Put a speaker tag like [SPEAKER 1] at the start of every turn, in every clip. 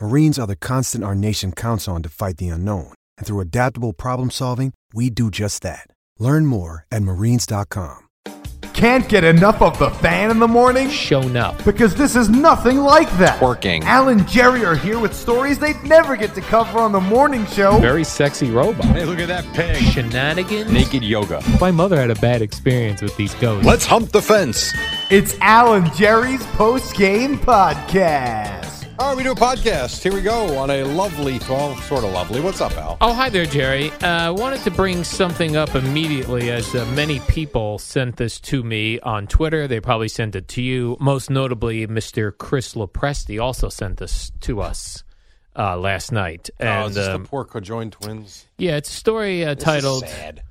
[SPEAKER 1] Marines are the constant our nation counts on to fight the unknown. And through adaptable problem solving, we do just that. Learn more at marines.com.
[SPEAKER 2] Can't get enough of the fan in the morning?
[SPEAKER 3] shown up.
[SPEAKER 2] Because this is nothing like that.
[SPEAKER 4] Working.
[SPEAKER 2] Al and Jerry are here with stories they'd never get to cover on the morning show.
[SPEAKER 3] Very sexy robot.
[SPEAKER 4] Hey, look at that pig.
[SPEAKER 3] Shenanigans.
[SPEAKER 4] Naked yoga.
[SPEAKER 3] My mother had a bad experience with these ghosts.
[SPEAKER 4] Let's hump the fence.
[SPEAKER 2] It's Al and Jerry's post game podcast.
[SPEAKER 4] All right, we do a podcast. Here we go on a lovely, well, sort of lovely. What's up, Al?
[SPEAKER 3] Oh, hi there, Jerry. Uh, wanted to bring something up immediately as uh, many people sent this to me on Twitter. They probably sent it to you. Most notably, Mr. Chris Lopresti also sent this to us uh, last night.
[SPEAKER 4] oh,
[SPEAKER 3] And
[SPEAKER 4] is this
[SPEAKER 3] um,
[SPEAKER 4] the poor conjoined twins?
[SPEAKER 3] yeah, it's a story uh,
[SPEAKER 4] This is
[SPEAKER 3] titled
[SPEAKER 4] sad.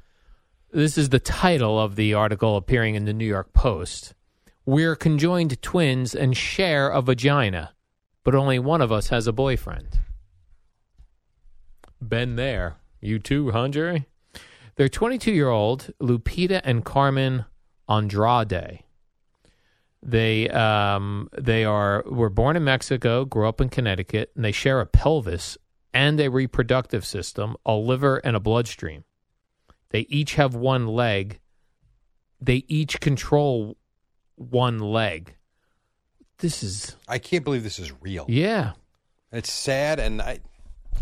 [SPEAKER 3] This is the title of the article appearing in the New York Post. We're conjoined twins and share a vagina, but only one of us has a boyfriend. Been there. You too, huh, Jerry? They're 22 year old Lupita and Carmen Andrade. They um, they are were born in Mexico, grew up in Connecticut, and they share a pelvis and a reproductive system, a liver, and a bloodstream. They each have one leg. They each control one leg. This is
[SPEAKER 4] I can't believe this is real.
[SPEAKER 3] yeah.
[SPEAKER 4] It's sad, and I,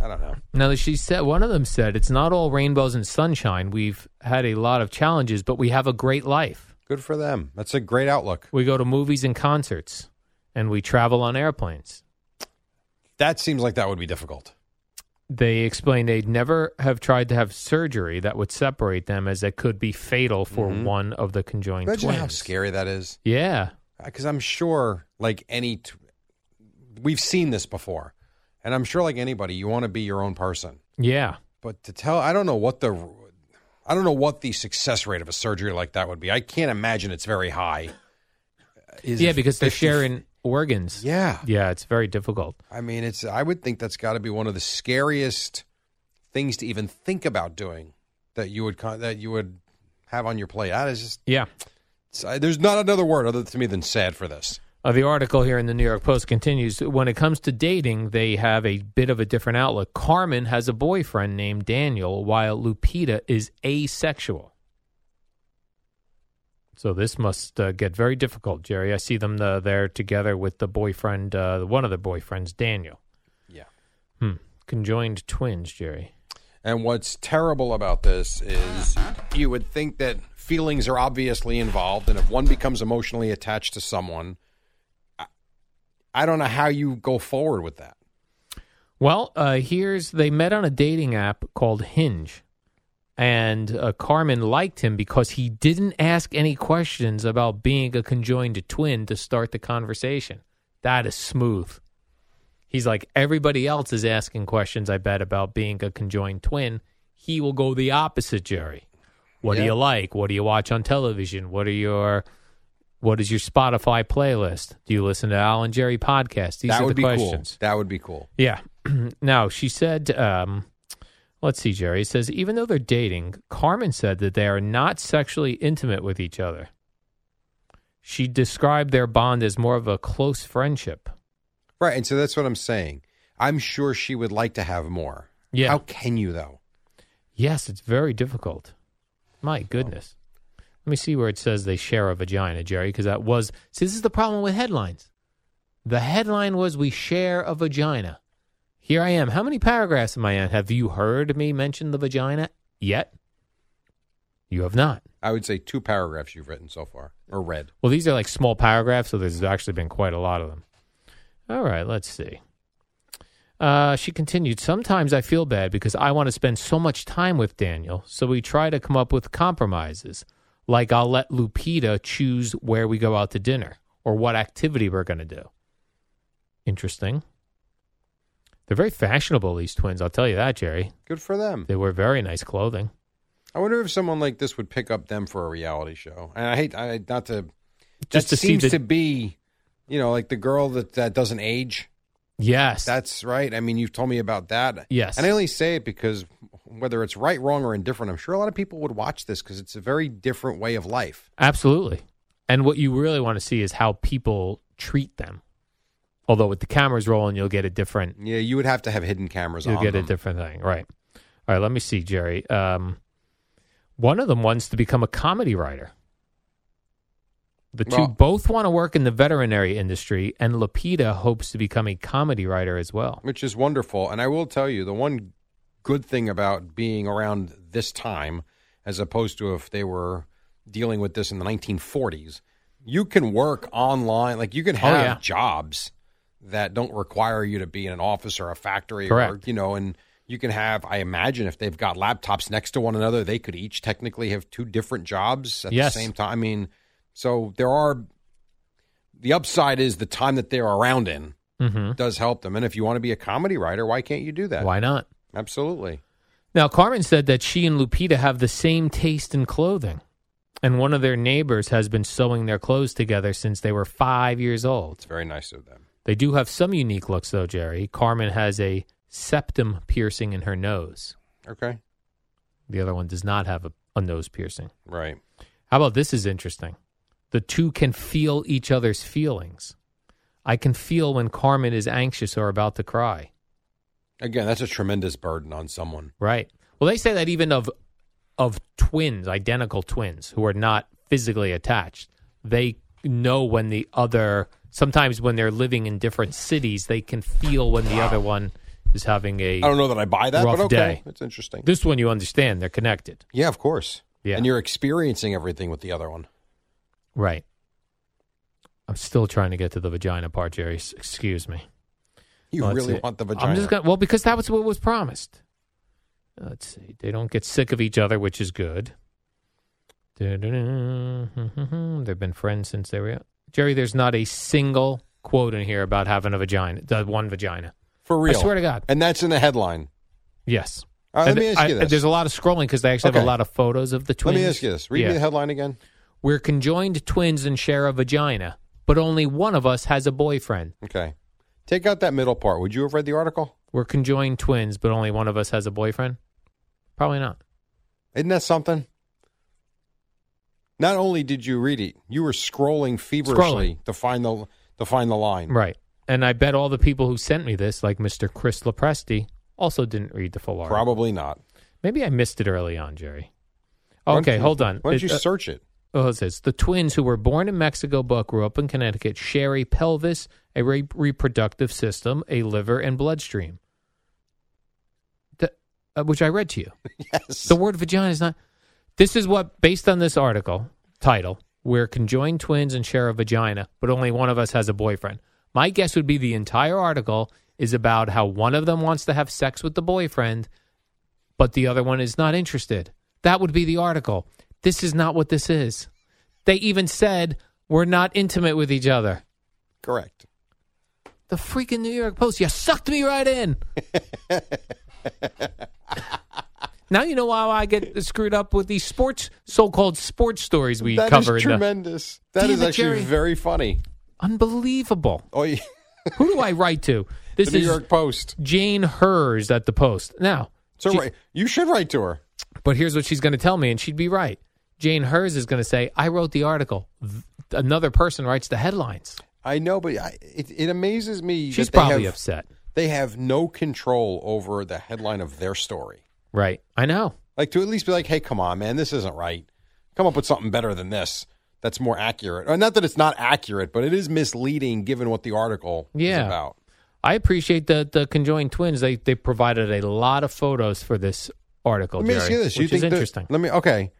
[SPEAKER 4] I don't know.
[SPEAKER 3] Now that she said one of them said it's not all rainbows and sunshine. We've had a lot of challenges, but we have a great life.
[SPEAKER 4] Good for them. That's a great outlook.
[SPEAKER 3] We go to movies and concerts and we travel on airplanes.
[SPEAKER 4] That seems like that would be difficult.
[SPEAKER 3] They explained they'd never have tried to have surgery that would separate them as it could be fatal for one of the conjoined
[SPEAKER 4] Imagine
[SPEAKER 3] twins.
[SPEAKER 4] how scary that is.
[SPEAKER 3] Yeah.
[SPEAKER 4] Because I'm sure, like any, t- we've seen this before, and I'm sure, like anybody, you want to be your own person.
[SPEAKER 3] Yeah.
[SPEAKER 4] But to tell, I don't know what the, I don't know what the success rate of a surgery like that would be. I can't imagine it's very high. Is
[SPEAKER 3] yeah,
[SPEAKER 4] it
[SPEAKER 3] because they're
[SPEAKER 4] 50
[SPEAKER 3] sharing organs.
[SPEAKER 4] Yeah,
[SPEAKER 3] Yeah, it's very difficult.
[SPEAKER 4] I mean, it's. I would think that's got to be one of the scariest things to even think about doing. That you would con- that you would have on your plate. That is just.
[SPEAKER 3] Yeah.
[SPEAKER 4] it's- I- there's not another word other to me than sad for this.
[SPEAKER 3] Uh, the article here in the New York Post continues when it comes to dating, they have a bit of a different outlook. Carmen has a boyfriend named Daniel, while Lupita is asexual. So this must uh, get very difficult, Jerry. I see them uh, there together with the boyfriend, uh, one of the boyfriends, Daniel.
[SPEAKER 4] Yeah.
[SPEAKER 3] Hmm. Conjoined twins, Jerry.
[SPEAKER 4] And what's terrible about this is you would think that feelings are obviously involved, and if one becomes emotionally attached to someone, I- I don't know how you go forward with that.
[SPEAKER 3] Well, uh, here's they met on a dating app called Hinge, and uh, Carmen liked him because he didn't ask any questions about being a conjoined twin to start the conversation. That is smooth. He's like everybody else is asking questions. I bet about being a conjoined twin. He will go the opposite, Jerry. What do
[SPEAKER 4] Yeah.
[SPEAKER 3] you like? What do you watch on television? What are your what is your Spotify playlist? Do you listen to Alan Jerry podcast? These
[SPEAKER 4] that
[SPEAKER 3] are
[SPEAKER 4] would
[SPEAKER 3] the
[SPEAKER 4] be
[SPEAKER 3] questions.
[SPEAKER 4] cool. That would be cool.
[SPEAKER 3] Yeah. now, she said, um, let's see, Jerry It says, even though they're dating, Carmen said that they are not sexually intimate with each other. She described their bond as more of a close friendship.
[SPEAKER 4] Right. And so that's what I'm saying. I'm sure she would like to have more.
[SPEAKER 3] Yeah.
[SPEAKER 4] How can you, though?
[SPEAKER 3] Yes, it's very difficult. My goodness. Let me see where it says they share a vagina, Jerry, because that was. See, this is the problem with headlines. The headline was We Share a Vagina. Here I am. How many paragraphs am I in? Have you heard me mention the vagina yet? You have not.
[SPEAKER 4] I would say two paragraphs you've written so far or read.
[SPEAKER 3] Well, these are like small paragraphs, so there's actually been quite a lot of them. All right, let's see. Uh, she continued, Sometimes I feel bad because I want to spend so much time with Daniel, so we try to come up with compromises. Like, I'll let Lupita choose where we go out to dinner or what activity we're going to do. Interesting. They're very fashionable, these twins, I'll tell you that, Jerry.
[SPEAKER 4] Good for them.
[SPEAKER 3] They wear very nice clothing.
[SPEAKER 4] I wonder if someone like this would pick up them for a reality show. And I hate I not to
[SPEAKER 3] Just
[SPEAKER 4] that
[SPEAKER 3] to see
[SPEAKER 4] seems
[SPEAKER 3] the-
[SPEAKER 4] to be, you know, like the girl that that doesn't age.
[SPEAKER 3] Yes.
[SPEAKER 4] That's right. I mean, you've told me about that.
[SPEAKER 3] Yes.
[SPEAKER 4] And I only say it because whether it's right, wrong, or indifferent, I'm sure a lot of people would watch this because it's a very different way of life.
[SPEAKER 3] Absolutely. And what you really want to see is how people treat them. Although with the cameras rolling, you'll get a different
[SPEAKER 4] Yeah, you would have to have hidden cameras
[SPEAKER 3] you'll
[SPEAKER 4] on.
[SPEAKER 3] get a
[SPEAKER 4] them.
[SPEAKER 3] different thing. Right. All right, let me see, Jerry. Um, one of them wants to become a comedy writer. The two
[SPEAKER 4] Well-
[SPEAKER 3] both want to work in the veterinary industry, and Lapita hopes to become a comedy writer as well.
[SPEAKER 4] which is wonderful. And I will tell you, the one good thing about being around this time, as opposed to if they were dealing with this in the 1940s, you can work online. Like you can have
[SPEAKER 3] Oh, yeah.
[SPEAKER 4] jobs that don't require you to be in an office or a factory, or
[SPEAKER 3] Correct.
[SPEAKER 4] you know, and you can have. I imagine if they've got laptops next to one another, they could each technically have two different jobs at
[SPEAKER 3] Yes.
[SPEAKER 4] the same time. I mean, so there are. The upside is the time that they're around in
[SPEAKER 3] hmm
[SPEAKER 4] does help them. And if you want to be a comedy writer, why can't you do that?
[SPEAKER 3] Why not?
[SPEAKER 4] Absolutely.
[SPEAKER 3] Now, Carmen said that she and Lupita have the same taste in clothing, and one of their neighbors has been sewing their clothes together since they were five years old.
[SPEAKER 4] It's very nice of them.
[SPEAKER 3] They do have some unique looks, though, Jerry. Carmen has a septum piercing in her nose,
[SPEAKER 4] Okay.
[SPEAKER 3] the other one does not have a, a nose piercing.
[SPEAKER 4] Right.
[SPEAKER 3] How about this is interesting? The two can feel each other's feelings. I can feel when Carmen is anxious or about to cry.
[SPEAKER 4] Again, that's a tremendous burden on someone.
[SPEAKER 3] Right. Well, they say that even of of twins, identical twins who are not physically attached, they know when the other sometimes when they're living in different cities, they can feel when the other one is having a
[SPEAKER 4] I don't know that I buy that,
[SPEAKER 3] Rough
[SPEAKER 4] but okay.
[SPEAKER 3] day.
[SPEAKER 4] It's interesting.
[SPEAKER 3] This one you understand, they're connected.
[SPEAKER 4] yeah, of course.
[SPEAKER 3] Yeah.
[SPEAKER 4] And you're experiencing everything with the other one.
[SPEAKER 3] Right. I'm still trying to get to the vagina part, Jerry. S- Excuse me.
[SPEAKER 4] You
[SPEAKER 3] Let's
[SPEAKER 4] really
[SPEAKER 3] see.
[SPEAKER 4] want the vagina.
[SPEAKER 3] I'm just gonna, well, because that was what was promised. Let's see. They don't get sick of each other, which is good. Da-da-da. They've been friends since they were. Jerry, there's not a single quote in here about having a vagina, the one vagina.
[SPEAKER 4] For real.
[SPEAKER 3] swear to God.
[SPEAKER 4] And that's in the headline.
[SPEAKER 3] Yes.
[SPEAKER 4] All right, let
[SPEAKER 3] And
[SPEAKER 4] me ask
[SPEAKER 3] I-
[SPEAKER 4] you this.
[SPEAKER 3] There's a lot of scrolling because they actually have
[SPEAKER 4] Okay.
[SPEAKER 3] a lot of photos of the
[SPEAKER 4] Let
[SPEAKER 3] twins.
[SPEAKER 4] me ask you this. Read
[SPEAKER 3] Yeah.
[SPEAKER 4] me the headline again.
[SPEAKER 3] We're conjoined twins and share a vagina, but only one of us has a boyfriend.
[SPEAKER 4] Okay. Take out that middle part. Would you have read the article?
[SPEAKER 3] We're conjoined twins, but only one of us has a boyfriend? Probably not.
[SPEAKER 4] Isn't that something? Not only did you read it, you were scrolling feverishly to find the to find the line.
[SPEAKER 3] Right. And I bet all the people who sent me this, like Mr. Chris Lopresti, also didn't read the full article.
[SPEAKER 4] Probably not.
[SPEAKER 3] Maybe I missed it early on, Jerry.
[SPEAKER 4] Why don't
[SPEAKER 3] Okay,
[SPEAKER 4] you-
[SPEAKER 3] hold on.
[SPEAKER 4] Why don't you
[SPEAKER 3] It- uh,
[SPEAKER 4] search it?
[SPEAKER 3] oh, it says the twins who were born in Mexico but grew up in Connecticut share a pelvis, a re- reproductive system, a liver, and bloodstream. The, uh, which I read to you.
[SPEAKER 4] Yes.
[SPEAKER 3] The word vagina is not. This is what, based on this article title, we're conjoined twins and share a vagina, but only one of us has a boyfriend. My guess would be the entire article is about how one of them wants to have sex with the boyfriend, but the other one is not interested. That would be the article. This is not what this is. They even said we're not intimate with each other.
[SPEAKER 4] Correct.
[SPEAKER 3] The freaking New York Post, you sucked me right in. now you know why I get screwed up with these sports, so-called sports stories we
[SPEAKER 4] That is
[SPEAKER 3] cover. in the-
[SPEAKER 4] tremendous. That
[SPEAKER 3] Damn
[SPEAKER 4] is
[SPEAKER 3] it,
[SPEAKER 4] actually
[SPEAKER 3] Jerry.
[SPEAKER 4] very funny.
[SPEAKER 3] Unbelievable.
[SPEAKER 4] Oh, yeah.
[SPEAKER 3] Who do I write to?
[SPEAKER 4] the
[SPEAKER 3] This
[SPEAKER 4] New
[SPEAKER 3] is
[SPEAKER 4] York Post.
[SPEAKER 3] Jane Hers at the Post. Now,
[SPEAKER 4] So
[SPEAKER 3] Gee-
[SPEAKER 4] right, you should write to her.
[SPEAKER 3] but here's what she's going to tell me, and she'd be right. Jane Hers is going to say, "I wrote the article. Th- Another person writes the headlines."
[SPEAKER 4] I know, but I, it, it amazes me.
[SPEAKER 3] She's
[SPEAKER 4] that they
[SPEAKER 3] probably
[SPEAKER 4] have,
[SPEAKER 3] upset,
[SPEAKER 4] They have no control over the headline of their story.
[SPEAKER 3] right? I know.
[SPEAKER 4] Like to at least be like, hey, come on, man, this isn't right. Come up with something better than this. That's more accurate. Uh, Not that it's not accurate, but it is misleading given what the article
[SPEAKER 3] Yeah.
[SPEAKER 4] is about.
[SPEAKER 3] I appreciate the the conjoined twins. They they provided a lot of photos for this article.
[SPEAKER 4] Let me
[SPEAKER 3] Jerry,
[SPEAKER 4] ask you this:
[SPEAKER 3] which
[SPEAKER 4] You think
[SPEAKER 3] is
[SPEAKER 4] that-
[SPEAKER 3] interesting?
[SPEAKER 4] let me okay.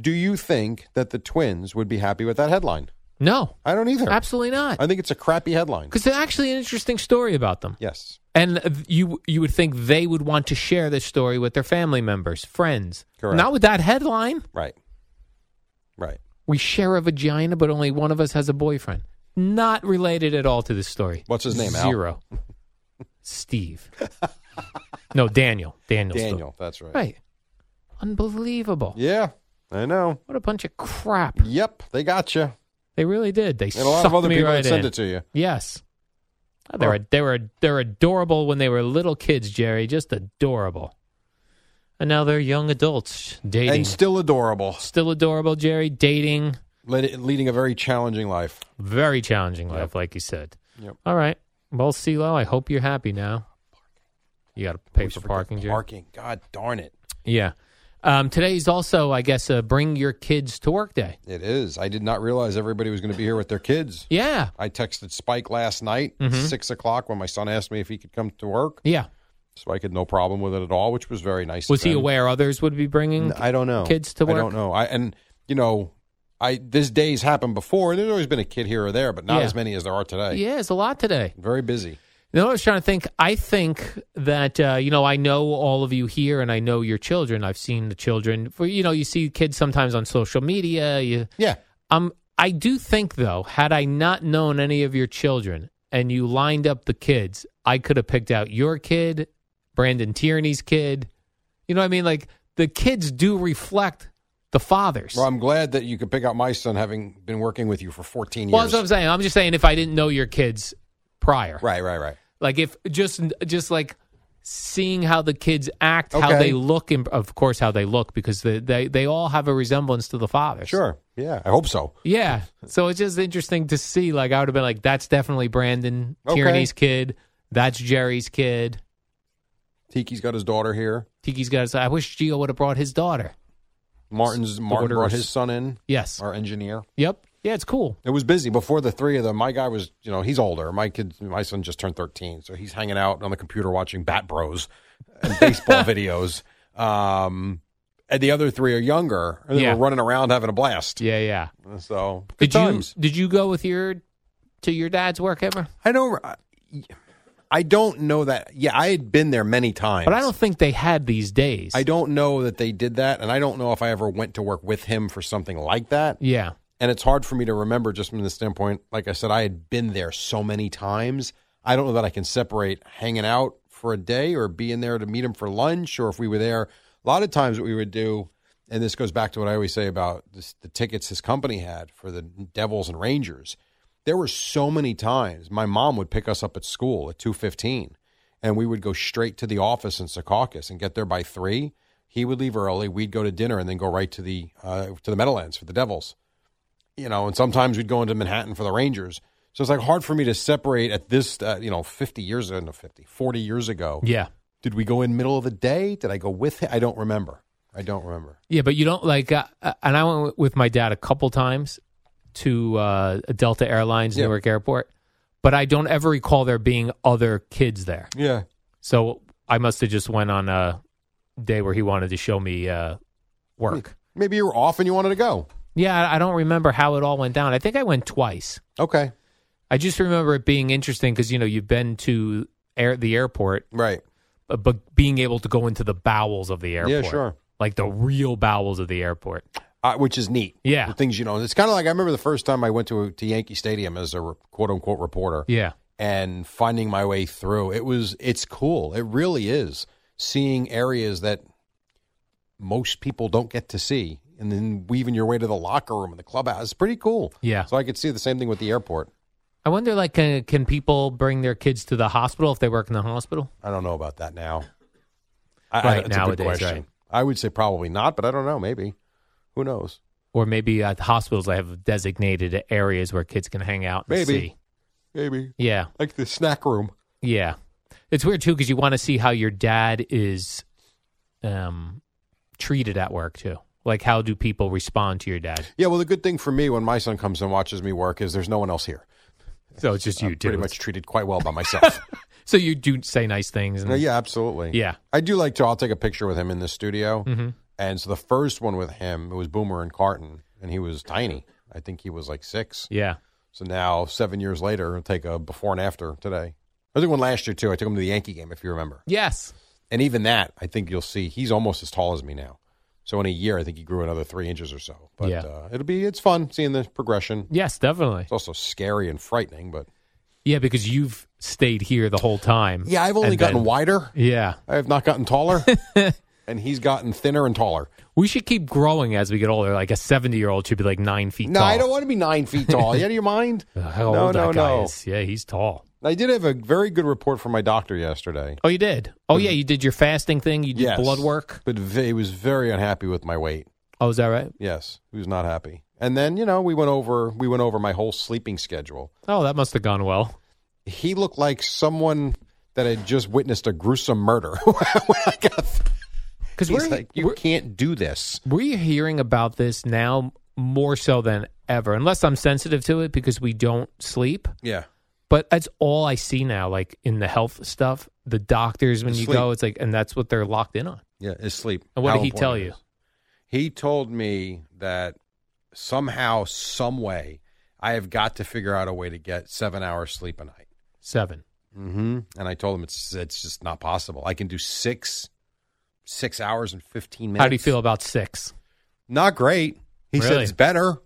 [SPEAKER 4] Do you think that the Twins would be happy with that headline?
[SPEAKER 3] No,
[SPEAKER 4] I don't either.
[SPEAKER 3] absolutely not.
[SPEAKER 4] I think it's a crappy headline.
[SPEAKER 3] Because there's actually an interesting story about them.
[SPEAKER 4] Yes,
[SPEAKER 3] And uh, you you would think they would want to share this story with their family members, friends.
[SPEAKER 4] Correct.
[SPEAKER 3] Not with that headline.
[SPEAKER 4] right, right.
[SPEAKER 3] We share a vagina, but only one of us has a boyfriend. Not related at all to this story.
[SPEAKER 4] What's his name, Al?
[SPEAKER 3] Zero. Steve. no, Daniel. Daniel.
[SPEAKER 4] Daniel, that's right.
[SPEAKER 3] Right. Unbelievable.
[SPEAKER 4] Yeah, I know.
[SPEAKER 3] What a bunch of crap.
[SPEAKER 4] Yep, they got you,
[SPEAKER 3] They really did. They
[SPEAKER 4] and a lot of
[SPEAKER 3] sucked
[SPEAKER 4] other
[SPEAKER 3] me
[SPEAKER 4] people
[SPEAKER 3] right
[SPEAKER 4] that send
[SPEAKER 3] in.
[SPEAKER 4] it to you.
[SPEAKER 3] Yes. Oh, they
[SPEAKER 4] Huh.
[SPEAKER 3] were they were they were adorable when they were little kids, Jerry. Just adorable. And now they're young adults dating.
[SPEAKER 4] And still adorable,
[SPEAKER 3] Still adorable, Jerry. Dating.
[SPEAKER 4] led- leading a very challenging life.
[SPEAKER 3] Very challenging life, like you said.
[SPEAKER 4] Yep.
[SPEAKER 3] All right. Well, CeeLo, I hope you're happy now. You got to pay
[SPEAKER 4] Always
[SPEAKER 3] for
[SPEAKER 4] forget
[SPEAKER 3] parking, Jerry.
[SPEAKER 4] Parking. God darn it!
[SPEAKER 3] Yeah. Um, today's also, I guess, uh, bring your kids to work day.
[SPEAKER 4] It is. I did not realize everybody was going to be here with their kids.
[SPEAKER 3] Yeah.
[SPEAKER 4] I texted Spike last night,
[SPEAKER 3] Mhm.
[SPEAKER 4] six o'clock, when my son asked me if he could come to work.
[SPEAKER 3] Yeah.
[SPEAKER 4] Spike had no problem with it at all, which was very nice. of
[SPEAKER 3] Was he
[SPEAKER 4] him.
[SPEAKER 3] aware others would be bringing?
[SPEAKER 4] N- I don't know.
[SPEAKER 3] kids to
[SPEAKER 4] I
[SPEAKER 3] work?
[SPEAKER 4] don't know. I and you know, I this day's happened before, and there's always been a kid here or there, but not
[SPEAKER 3] Yeah.
[SPEAKER 4] as many as there are today.
[SPEAKER 3] Yeah, it's a lot today.
[SPEAKER 4] Very busy.
[SPEAKER 3] You know what I was trying to think? I think that, uh, you know, I know all of you here and I know your children. I've seen the children. For, you know, you see kids sometimes on social media. You,
[SPEAKER 4] Yeah.
[SPEAKER 3] um, I do think, though, had I not known any of your children and you lined up the kids, I could have picked out your kid, Brandon Tierney's kid. You know what I mean? Like the kids do reflect the fathers.
[SPEAKER 4] Well, I'm glad that you could pick out my son, having been working with you for 14 years.
[SPEAKER 3] Well, that's what I'm saying. I'm just saying if I didn't know your kids prior.
[SPEAKER 4] right, right, right.
[SPEAKER 3] like if just just like seeing how the kids act how
[SPEAKER 4] Okay.
[SPEAKER 3] they look and of course how they look because they, they they all have a resemblance to the fathers
[SPEAKER 4] Sure. Yeah. I hope so.
[SPEAKER 3] yeah so it's just interesting to see like i would have been like that's definitely brandon
[SPEAKER 4] Okay.
[SPEAKER 3] tierney's kid that's jerry's kid
[SPEAKER 4] Tiki's got his daughter here.
[SPEAKER 3] tiki's got his i wish geo would have brought his daughter
[SPEAKER 4] Martin's Martin
[SPEAKER 3] Daughters.
[SPEAKER 4] brought his son in,
[SPEAKER 3] yes
[SPEAKER 4] our engineer.
[SPEAKER 3] yep yeah it's cool
[SPEAKER 4] It was busy before the three of them. My guy was, you know, he's older. My kid, my son just turned 13, so he's hanging out on the computer watching Bat Bros and baseball videos. Um, and the other three are younger, and they
[SPEAKER 3] Yeah.
[SPEAKER 4] were running around having a blast.
[SPEAKER 3] yeah yeah
[SPEAKER 4] So good
[SPEAKER 3] did
[SPEAKER 4] times.
[SPEAKER 3] you did you go with your to your dad's work ever
[SPEAKER 4] I don't. I don't know that. Yeah, I had been there many times,
[SPEAKER 3] but i don't think they had these days
[SPEAKER 4] I don't know that they did that, and I don't know if I ever went to work with him for something like that.
[SPEAKER 3] yeah
[SPEAKER 4] and it's hard for me to remember just from the standpoint like i said i had been there so many times i don't know that i can separate hanging out for a day or being there to meet him for lunch or if we were there a lot of times what we would do and this goes back to what i always say about this, the tickets his company had for the devils and rangers there were so many times my mom would pick us up at school at 2.15 and we would go straight to the office in secaucus and get there by 3 he would leave early we'd go to dinner and then go right to the uh, to the meadowlands for the devils you know, and sometimes we'd go into Manhattan for the Rangers. So it's like hard for me to separate at this, uh, you know, 50 years ago, no, 50, 40 years ago.
[SPEAKER 3] yeah
[SPEAKER 4] Did we go in middle of the day? Did I go with him? I don't remember. I don't remember.
[SPEAKER 3] Yeah, but you don't like. Uh, uh, and I went with my dad a couple times to uh, Delta Airlines
[SPEAKER 4] Yeah.
[SPEAKER 3] Newark Airport, but I don't ever recall there being other kids there.
[SPEAKER 4] Yeah.
[SPEAKER 3] So I must have just went on a day where he wanted to show me uh, work.
[SPEAKER 4] Maybe you were off and you wanted to go.
[SPEAKER 3] Yeah, I- I don't remember how it all went down. I think I went twice.
[SPEAKER 4] Okay.
[SPEAKER 3] I just remember it being interesting because you know you've been to air the airport,
[SPEAKER 4] Right.
[SPEAKER 3] but, but being able to go into the bowels of the airport,
[SPEAKER 4] Yeah, sure.
[SPEAKER 3] like the real bowels of the airport.
[SPEAKER 4] Uh, which is neat.
[SPEAKER 3] Yeah.
[SPEAKER 4] The things you know. It's kind of like I remember the first time I went to, to Yankee Stadium as a re- quote unquote reporter.
[SPEAKER 3] Yeah,
[SPEAKER 4] and finding my way through. It was it's cool. It really is seeing areas that most people don't get to see and then weaving your way to the locker room and the clubhouse. It's pretty cool.
[SPEAKER 3] Yeah.
[SPEAKER 4] So I could see the same thing with the airport.
[SPEAKER 3] I wonder, like, can, can people bring their kids to the hospital if they work in the hospital?
[SPEAKER 4] I don't know about that now. I,
[SPEAKER 3] Right,
[SPEAKER 4] it's a good
[SPEAKER 3] nowadays,
[SPEAKER 4] question.
[SPEAKER 3] right.
[SPEAKER 4] I would say probably not, but I don't know, maybe. Who knows?
[SPEAKER 3] Or maybe at hospitals they have designated areas where kids can hang out. And
[SPEAKER 4] Maybe.
[SPEAKER 3] see.
[SPEAKER 4] Maybe.
[SPEAKER 3] Yeah,
[SPEAKER 4] Like the snack room.
[SPEAKER 3] yeah. It's weird too because you want to see how your dad is um, treated at work too. Like, how do people respond to your dad?
[SPEAKER 4] Yeah, well the good thing for me when my son comes and watches me work is there's no one else here.
[SPEAKER 3] So it's just you
[SPEAKER 4] I'm
[SPEAKER 3] do.
[SPEAKER 4] pretty much treated quite well by myself.
[SPEAKER 3] Uh, So you do say nice things. And,
[SPEAKER 4] Uh, yeah, absolutely.
[SPEAKER 3] Mm. yeah, Mm-hmm.
[SPEAKER 4] I do like to. I'll take a picture with him in the studio, And so the first one with him, it was Boomer and Carton, and he was tiny. I think he was like six.
[SPEAKER 3] Yeah.
[SPEAKER 4] So now, seven years later, I'll take a before and after today. I took one last year too. I took him to the Yankee game, if you remember.
[SPEAKER 3] Yes.
[SPEAKER 4] And even that, I think you'll see he's almost as tall as me now. So in a year, I think he grew another three inches or so. But
[SPEAKER 3] Yeah.
[SPEAKER 4] uh, it'll be it's fun seeing the progression.
[SPEAKER 3] Yes, definitely.
[SPEAKER 4] It's also scary and frightening, but
[SPEAKER 3] Yeah, because you've stayed here the whole time.
[SPEAKER 4] yeah, I've only
[SPEAKER 3] And
[SPEAKER 4] gotten
[SPEAKER 3] then-
[SPEAKER 4] wider.
[SPEAKER 3] Yeah.
[SPEAKER 4] I have not gotten taller, and he's gotten thinner and taller.
[SPEAKER 3] We should keep growing as we get older. Like a 70 year old should be like nine feet
[SPEAKER 4] No,
[SPEAKER 3] tall.
[SPEAKER 4] I don't want to be nine feet tall. You out of your mind?
[SPEAKER 3] How
[SPEAKER 4] no,
[SPEAKER 3] old
[SPEAKER 4] no,
[SPEAKER 3] that guy
[SPEAKER 4] no.
[SPEAKER 3] is. Yeah, he's tall.
[SPEAKER 4] I did have a very good report from my doctor yesterday.
[SPEAKER 3] Oh, you did? Oh, yeah. You did your fasting thing. You did
[SPEAKER 4] Yes.
[SPEAKER 3] blood work.
[SPEAKER 4] But v- he was very unhappy with my weight.
[SPEAKER 3] Oh, is that right?
[SPEAKER 4] Yes, he was not happy. And then you know we went over we went over my whole sleeping schedule.
[SPEAKER 3] Oh, that must have gone well.
[SPEAKER 4] He looked like someone that had just witnessed a gruesome murder. When I got-
[SPEAKER 3] Because
[SPEAKER 4] He's
[SPEAKER 3] we're,
[SPEAKER 4] like, you
[SPEAKER 3] we're,
[SPEAKER 4] can't do this.
[SPEAKER 3] we're hearing about this now more so than ever, unless I'm sensitive to it because we don't sleep.
[SPEAKER 4] Yeah,
[SPEAKER 3] But that's all I see now, like in the health stuff. The doctors, when
[SPEAKER 4] The
[SPEAKER 3] you
[SPEAKER 4] sleep.
[SPEAKER 3] go, it's like, and that's what they're locked in on.
[SPEAKER 4] yeah, is sleep.
[SPEAKER 3] And what
[SPEAKER 4] How
[SPEAKER 3] did he
[SPEAKER 4] important
[SPEAKER 3] tell
[SPEAKER 4] it
[SPEAKER 3] you?
[SPEAKER 4] is. He told me that somehow, some way, I have got to figure out a way to get seven hours sleep a night.
[SPEAKER 3] Seven.
[SPEAKER 4] Mm-hmm. And I told him it's it's just not possible. I can do six, six hours and fifteen minutes.
[SPEAKER 3] How do you feel about six?
[SPEAKER 4] Not great. He said
[SPEAKER 3] Really?
[SPEAKER 4] it's better.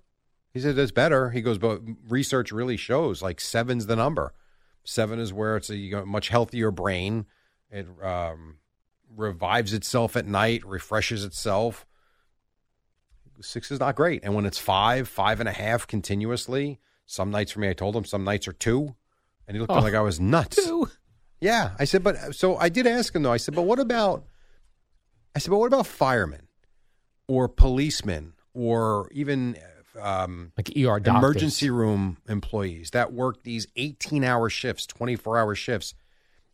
[SPEAKER 4] He said it's better. He goes, but research really shows like seven's the number. Seven is where it's a you got a much healthier brain. It um, revives itself at night, refreshes itself. Six is not great. And when it's five, five and a half continuously, some nights for me, I told him, some nights are two. And he looked at me
[SPEAKER 3] Oh.
[SPEAKER 4] like I was nuts.
[SPEAKER 3] Two.
[SPEAKER 4] Yeah, I said, but so I did ask him though. I said, but what about? I said, but what about firemen, or policemen, or even um,
[SPEAKER 3] Like ER doctors.
[SPEAKER 4] emergency room employees that work these eighteen-hour shifts, twenty-four-hour shifts?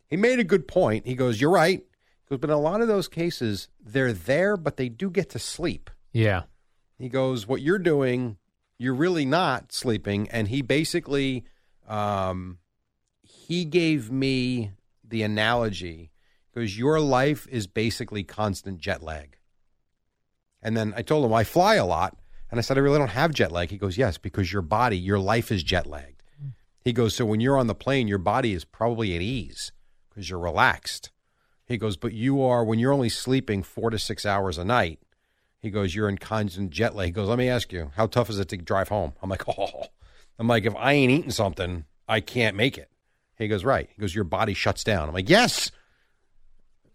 [SPEAKER 4] He made a good point. He goes, "You're right." He goes, but in a lot of those cases, they're there, but they do get to sleep.
[SPEAKER 3] Yeah.
[SPEAKER 4] He goes, "What you're doing, you're really not sleeping." And he basically, um, he gave me the analogy because your life is basically constant jet lag. And then I told him I fly a lot, and I said I really don't have jet lag. He goes, "Yes, because your body, your life is jet lagged." He goes, "So when you're on the plane, your body is probably at ease because you're relaxed." He goes, "But you are when you're only sleeping four to six hours a night." He goes, You're in constant jet lag. He goes, Let me ask you, how tough is it to drive home? I'm like, Oh, I'm like, If I ain't eating something, I can't make it. He goes, Right. He goes, Your body shuts down. I'm like, Yes.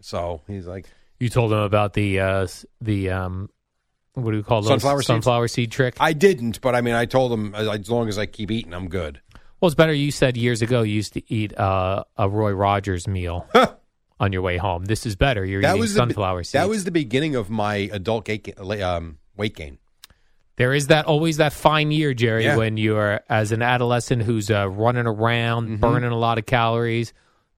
[SPEAKER 4] So he's like,
[SPEAKER 3] You told him about the uh, s- the um, what do you call those
[SPEAKER 4] Sunflower seeds?
[SPEAKER 3] sunflower seed trick?
[SPEAKER 4] I didn't, but I mean, I told him as, as long as I keep eating, I'm good.
[SPEAKER 3] well, it's better. You said years ago you used to eat uh, a Roy Rogers meal on your way home. This is better. You're eating
[SPEAKER 4] the,
[SPEAKER 3] sunflower seeds.
[SPEAKER 4] That was the beginning of my adult gait, ga- la- um, weight gain.
[SPEAKER 3] There is that always that fine year, Jerry,
[SPEAKER 4] Yeah.
[SPEAKER 3] when you're as an adolescent who's uh, running around,
[SPEAKER 4] Mm-hmm.
[SPEAKER 3] burning a lot of calories.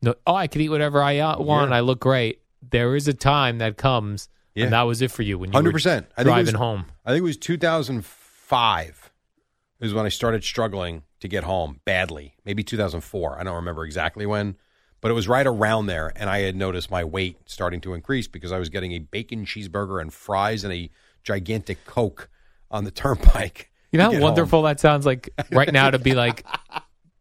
[SPEAKER 3] No, oh, I can eat whatever I uh, want.
[SPEAKER 4] Yeah.
[SPEAKER 3] I look great. There is a time that comes,
[SPEAKER 4] Yeah.
[SPEAKER 3] and that was it for you when you
[SPEAKER 4] 100%.
[SPEAKER 3] were
[SPEAKER 4] I think it
[SPEAKER 3] driving
[SPEAKER 4] was-
[SPEAKER 3] home.
[SPEAKER 4] I think it was 2005 is when I started struggling to get home badly. Maybe 2004. I don't remember exactly when, but it was right around there. And I had noticed my weight starting to increase because I was getting a bacon cheeseburger and fries and a gigantic Coke on the turnpike.
[SPEAKER 3] You know
[SPEAKER 4] to
[SPEAKER 3] how
[SPEAKER 4] get home.
[SPEAKER 3] wonderful that sounds like right now to be like,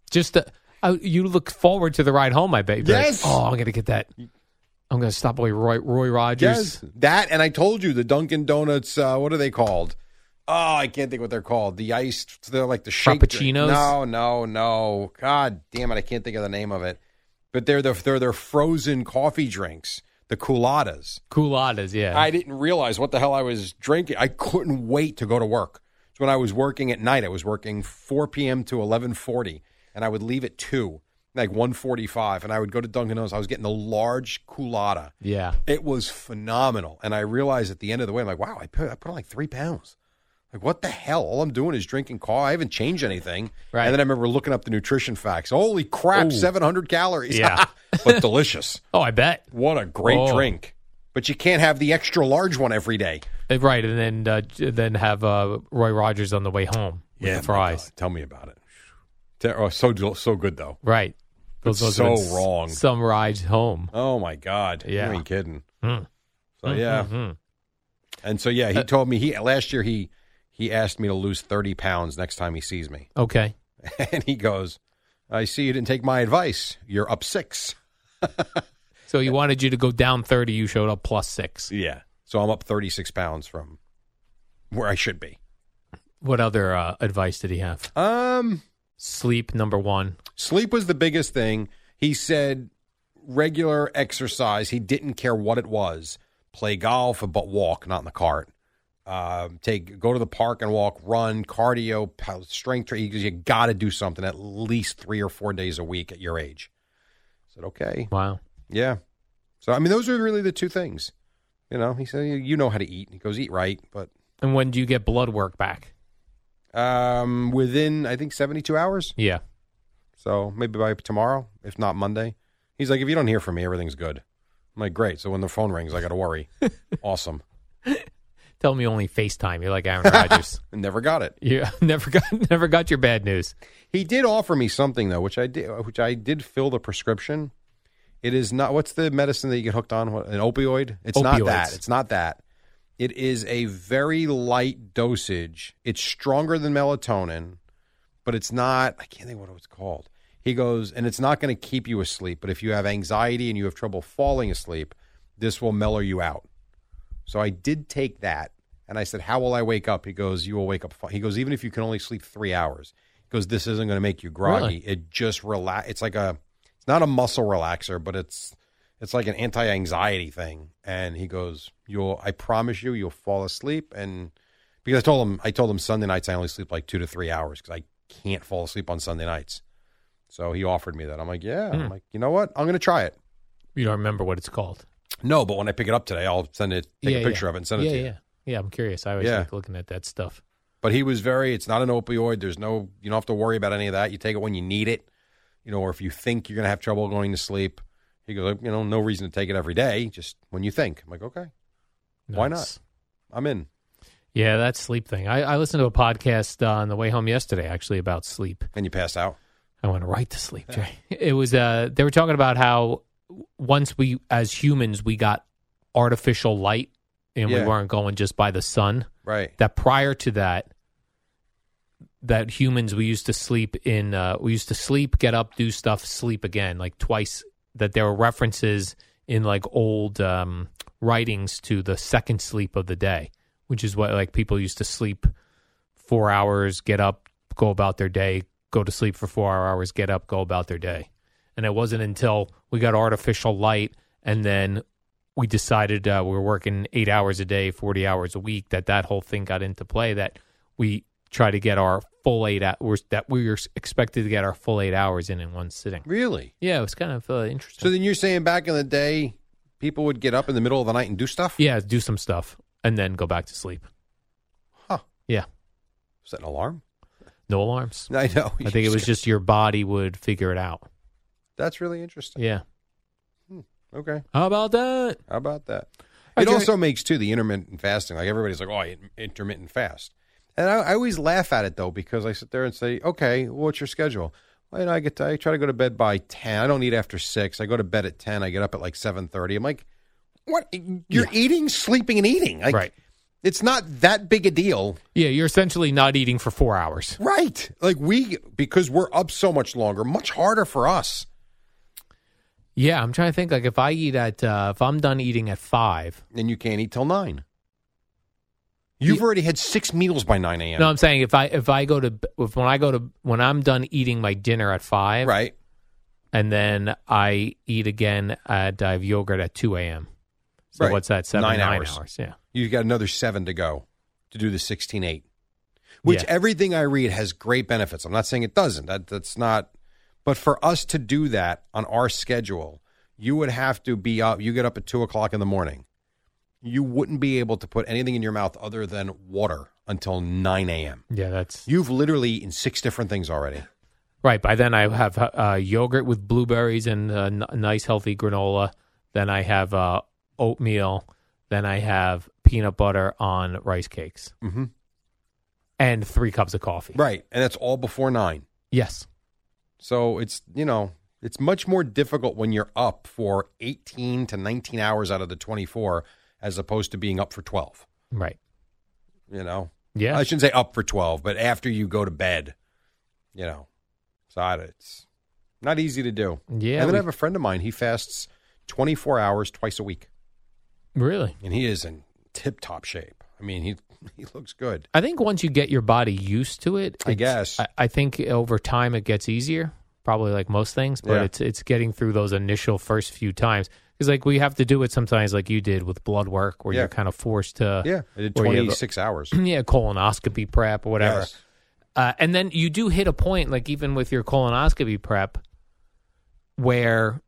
[SPEAKER 3] just the, uh, you look forward to the ride home. I bet. You'd be like,
[SPEAKER 4] Yes.
[SPEAKER 3] oh, I'm gonna get that. I'm gonna stop by Roy Roy Rogers.
[SPEAKER 4] Yes, that and I told you the Dunkin' Donuts. Uh, what are they called? Oh, I can't think what they're called. The iced, they're like the shake. drink.
[SPEAKER 3] Frappuccinos?
[SPEAKER 4] No, no, no. God damn it, I can't think of the name of it. But they're the they're their frozen coffee drinks, the culottes.
[SPEAKER 3] Culottes, yeah.
[SPEAKER 4] I didn't realize what the hell I was drinking. I couldn't wait to go to work. So when I was working at night, I was working 4 p.m. to 11:40, and I would leave at two, like 1:45, and I would go to Dunkin' Donuts. I was getting the large culotta.
[SPEAKER 3] yeah.
[SPEAKER 4] It was phenomenal. And I realized at the end of the way, I'm like, wow, I put, I put on like three pounds. Like, what the hell? All I'm doing is drinking coffee. I haven't changed anything.
[SPEAKER 3] Right.
[SPEAKER 4] And then I remember looking up the nutrition facts. Holy crap,
[SPEAKER 3] Ooh.
[SPEAKER 4] 700 calories.
[SPEAKER 3] Yeah.
[SPEAKER 4] but delicious.
[SPEAKER 3] Oh, I bet.
[SPEAKER 4] What a great
[SPEAKER 3] Oh.
[SPEAKER 4] drink. But you can't have the extra large one every day.
[SPEAKER 3] Uh, Right, and then uh, j- then have uh, Roy Rogers on the way home with the
[SPEAKER 4] my
[SPEAKER 3] fries.
[SPEAKER 4] God. Tell me about it. Ter- oh, so, del- so good, though.
[SPEAKER 3] Right.
[SPEAKER 4] But
[SPEAKER 3] have
[SPEAKER 4] so
[SPEAKER 3] been s-
[SPEAKER 4] wrong.
[SPEAKER 3] Some rides home.
[SPEAKER 4] Oh, my God.
[SPEAKER 3] Yeah. Hmm.
[SPEAKER 4] You ain't kidding.
[SPEAKER 3] Mm.
[SPEAKER 4] So, Oh, yeah.
[SPEAKER 3] Mhm.
[SPEAKER 4] And so yeah, he told me he last year he he asked me to lose thirty pounds next time he sees me,
[SPEAKER 3] Okay.
[SPEAKER 4] and he goes, "I see you didn't take my advice. You're up six.
[SPEAKER 3] So he wanted you to go down 30. You showed up plus six.
[SPEAKER 4] Yeah, so I'm up thirty six pounds from where I should be.
[SPEAKER 3] What other uh, advice did he have?
[SPEAKER 4] Um,
[SPEAKER 3] Sleep, number one.
[SPEAKER 4] sleep was the biggest thing. He said regular exercise. He didn't care what it was. Play golf, but walk, not in the cart. Um, take go to the park and walk, run, cardio, pow- strength training. Because you got to do something at least three or four days a week at your age. I said okay,
[SPEAKER 3] Wow.
[SPEAKER 4] yeah. So I mean, those are really the two things. You know, he said you know how to eat. He goes eat right, but
[SPEAKER 3] And when do you get blood work back?
[SPEAKER 4] um, within I think seventy two hours.
[SPEAKER 3] Yeah.
[SPEAKER 4] So maybe by tomorrow, if not Monday. He's like, if you don't hear from me, everything's good. I'm like, great. So when the phone rings, I got to worry. awesome.
[SPEAKER 3] Tell me only FaceTime. You're like Aaron Rodgers.
[SPEAKER 4] And never got it.
[SPEAKER 3] you never got never got your bad news.
[SPEAKER 4] He did offer me something though, which I did, which I did fill the prescription. It is not. What's the medicine that you get hooked on? What, an opioid? It's not that.
[SPEAKER 3] Opioids.
[SPEAKER 4] It's not that. It is a very light dosage. It's stronger than melatonin, but it's not. I can't think what it's called. He goes, and it's not going to keep you asleep. But if you have anxiety and you have trouble falling asleep, this will mellow you out. So I did take that, and I said, "How will I wake up?" He goes, "You will wake up." fi-" He goes, "Even if you can only sleep three hours, he goes, this isn't going to make you groggy.
[SPEAKER 3] Really?
[SPEAKER 4] It just relax. It's like a, it's not a muscle relaxer, but it's, it's like an anti-anxiety thing." And he goes, "You'll, I promise you, you'll fall asleep." And because I told him, I told him Sunday nights I only sleep like two to three hours because I can't fall asleep on Sunday nights. So he offered me that. I'm like, "Yeah."
[SPEAKER 3] Hmm.
[SPEAKER 4] I'm like, "You know what? I'm going to try it."
[SPEAKER 3] You don't remember what it's called.
[SPEAKER 4] No, but when I pick it up today, I'll send it, take a
[SPEAKER 3] Yeah,
[SPEAKER 4] picture
[SPEAKER 3] yeah.
[SPEAKER 4] of it, and send it
[SPEAKER 3] yeah,
[SPEAKER 4] to you.
[SPEAKER 3] Yeah, yeah. I'm curious. I always
[SPEAKER 4] Yeah.
[SPEAKER 3] like looking at that stuff.
[SPEAKER 4] But he was very, it's not an opioid. There's no, you don't have to worry about any of that. You take it when you need it, you know, or if you think you're going to have trouble going to sleep. He goes, you know, no reason to take it every day, just when you think. I'm like, okay, Why not?
[SPEAKER 3] Nice.
[SPEAKER 4] I'm in.
[SPEAKER 3] Yeah, that sleep thing. I, I listened to a podcast uh, on the way home yesterday, actually, about sleep.
[SPEAKER 4] And you pass out.
[SPEAKER 3] I went right to sleep, Jay. It was uh, they were talking about how once we, as humans, we got artificial light, and
[SPEAKER 4] Yeah.
[SPEAKER 3] we weren't going just by the sun.
[SPEAKER 4] Right.
[SPEAKER 3] That prior to that, that humans we used to sleep in. Uh, we used to sleep, get up, do stuff, sleep again, like twice. That there were references in like old um, writings to the second sleep of the day, which is what like people used to sleep four hours, get up, go about their day, go to sleep for four hours, get up, go about their day. And it wasn't until we got artificial light and then we decided uh, we were working eight hours a day, 40 hours a week, that that whole thing got into play, that we try to get our full eight hours, that we were expected to get our full eight hours in in one sitting.
[SPEAKER 4] Really?
[SPEAKER 3] Yeah, it was kind of uh, interesting.
[SPEAKER 4] So then you're saying back in the day, people would get up in the middle of the night and do stuff?
[SPEAKER 3] yeah, do some stuff and then go back to sleep.
[SPEAKER 4] Huh.
[SPEAKER 3] Yeah,
[SPEAKER 4] Is that an alarm?
[SPEAKER 3] no alarms.
[SPEAKER 4] I know.
[SPEAKER 3] I think it was just your body would figure it out.
[SPEAKER 4] That's really interesting.
[SPEAKER 3] Yeah.
[SPEAKER 4] Okay.
[SPEAKER 3] How about that?
[SPEAKER 4] How about that?
[SPEAKER 3] right,
[SPEAKER 4] It
[SPEAKER 3] Jerry.
[SPEAKER 4] also makes too the intermittent fasting. Like everybody's like, oh, I in- intermittent fast, and I, I always laugh at it though because I sit there and say, okay, what's your schedule? Well, you know, I get to, I try to go to bed by ten. I don't eat after six. I go to bed at ten. I get up at like seven thirty. I'm like, what? You're eating, sleeping, and eating. Like,
[SPEAKER 3] right.
[SPEAKER 4] It's not that big a deal,
[SPEAKER 3] Yeah, you're essentially not eating for four hours.
[SPEAKER 4] right? Like we because we're up so much longer, much harder for us.
[SPEAKER 3] Yeah, I'm trying to think. Like if I eat at, uh, if I'm done eating at five.
[SPEAKER 4] And you can't eat till nine. You've
[SPEAKER 3] Ye-
[SPEAKER 4] already had six meals by nine a.m.
[SPEAKER 3] No, I'm saying if I if I go to b- if when I go to when I'm done eating my dinner at five,
[SPEAKER 4] right.
[SPEAKER 3] and then I eat again at I have yogurt at two a.m. So
[SPEAKER 4] Right.
[SPEAKER 3] what's that? Seven
[SPEAKER 4] Nine
[SPEAKER 3] nine,
[SPEAKER 4] hours.
[SPEAKER 3] hours. Yeah.
[SPEAKER 4] you've got another seven to go to do the 16 8 which
[SPEAKER 3] Yeah.
[SPEAKER 4] everything i read has great benefits i'm not saying it doesn't that, that's not but for us to do that on our schedule you would have to be up you get up at 2 o'clock in the morning you wouldn't be able to put anything in your mouth other than water until 9 a.m
[SPEAKER 3] Yeah, that's
[SPEAKER 4] you've literally eaten six different things already
[SPEAKER 3] right. By then I have uh, yogurt with blueberries and uh, n- nice healthy granola. Then I have uh, oatmeal. Then I have peanut butter on rice cakes
[SPEAKER 4] Mhm.
[SPEAKER 3] and three cups of coffee.
[SPEAKER 4] right and that's all before 9
[SPEAKER 3] Yes.
[SPEAKER 4] so it's you know it's much more difficult when you're up for 18 to 19 hours out of the 24 as opposed to being up for 12
[SPEAKER 3] Right.
[SPEAKER 4] You know,
[SPEAKER 3] Yeah.
[SPEAKER 4] I shouldn't say up for twelve, but after you go to bed, you know. So I- it's not easy to do.
[SPEAKER 3] Yeah,
[SPEAKER 4] and
[SPEAKER 3] we-
[SPEAKER 4] then I have a friend of mine. He fasts twenty four hours twice a week,
[SPEAKER 3] really.
[SPEAKER 4] and he is in tip top shape. I mean, he he looks good.
[SPEAKER 3] I think once you get your body used to it,
[SPEAKER 4] I
[SPEAKER 3] it's-
[SPEAKER 4] guess.
[SPEAKER 3] I, I think over time it gets easier. Probably like most things, but
[SPEAKER 4] Yeah.
[SPEAKER 3] it's it's getting through those initial first few times because like we have to do it sometimes, like you did with blood work, where
[SPEAKER 4] Yeah.
[SPEAKER 3] you're kind of forced to
[SPEAKER 4] Yeah, I did
[SPEAKER 3] where Uh, you have a-
[SPEAKER 4] twenty six hours.
[SPEAKER 3] yeah colonoscopy prep or whatever.
[SPEAKER 4] Yes.
[SPEAKER 3] Uh, and then you do hit a point, like even with your colonoscopy prep, where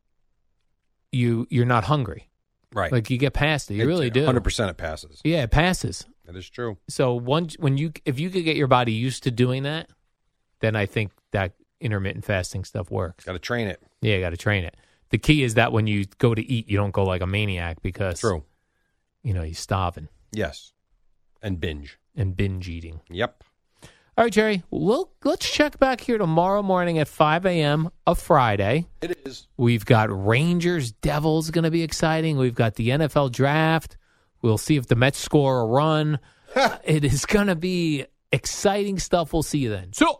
[SPEAKER 3] you you're not hungry.
[SPEAKER 4] Right,
[SPEAKER 3] Like you get past it, you really do.
[SPEAKER 4] Hundred percent, it passes.
[SPEAKER 3] Yeah, it passes.
[SPEAKER 4] That is true.
[SPEAKER 3] So once when you if you could get your body used to doing that, then I think that intermittent fasting stuff works.
[SPEAKER 4] Got to train it.
[SPEAKER 3] Yeah, you got to train it. The key is that when you go to eat, you don't go like a maniac because
[SPEAKER 4] True.
[SPEAKER 3] you know you're starving
[SPEAKER 4] Yes, and binge.
[SPEAKER 3] and binge eating.
[SPEAKER 4] Yep.
[SPEAKER 3] All right, Jerry. We'll let's check back here tomorrow morning at five a.m. a Friday.
[SPEAKER 4] It is.
[SPEAKER 3] We've got Rangers Devils going to be exciting. We've got the NFL draft. We'll see if the Mets score a run. it is going to be exciting stuff. We'll see you then. So.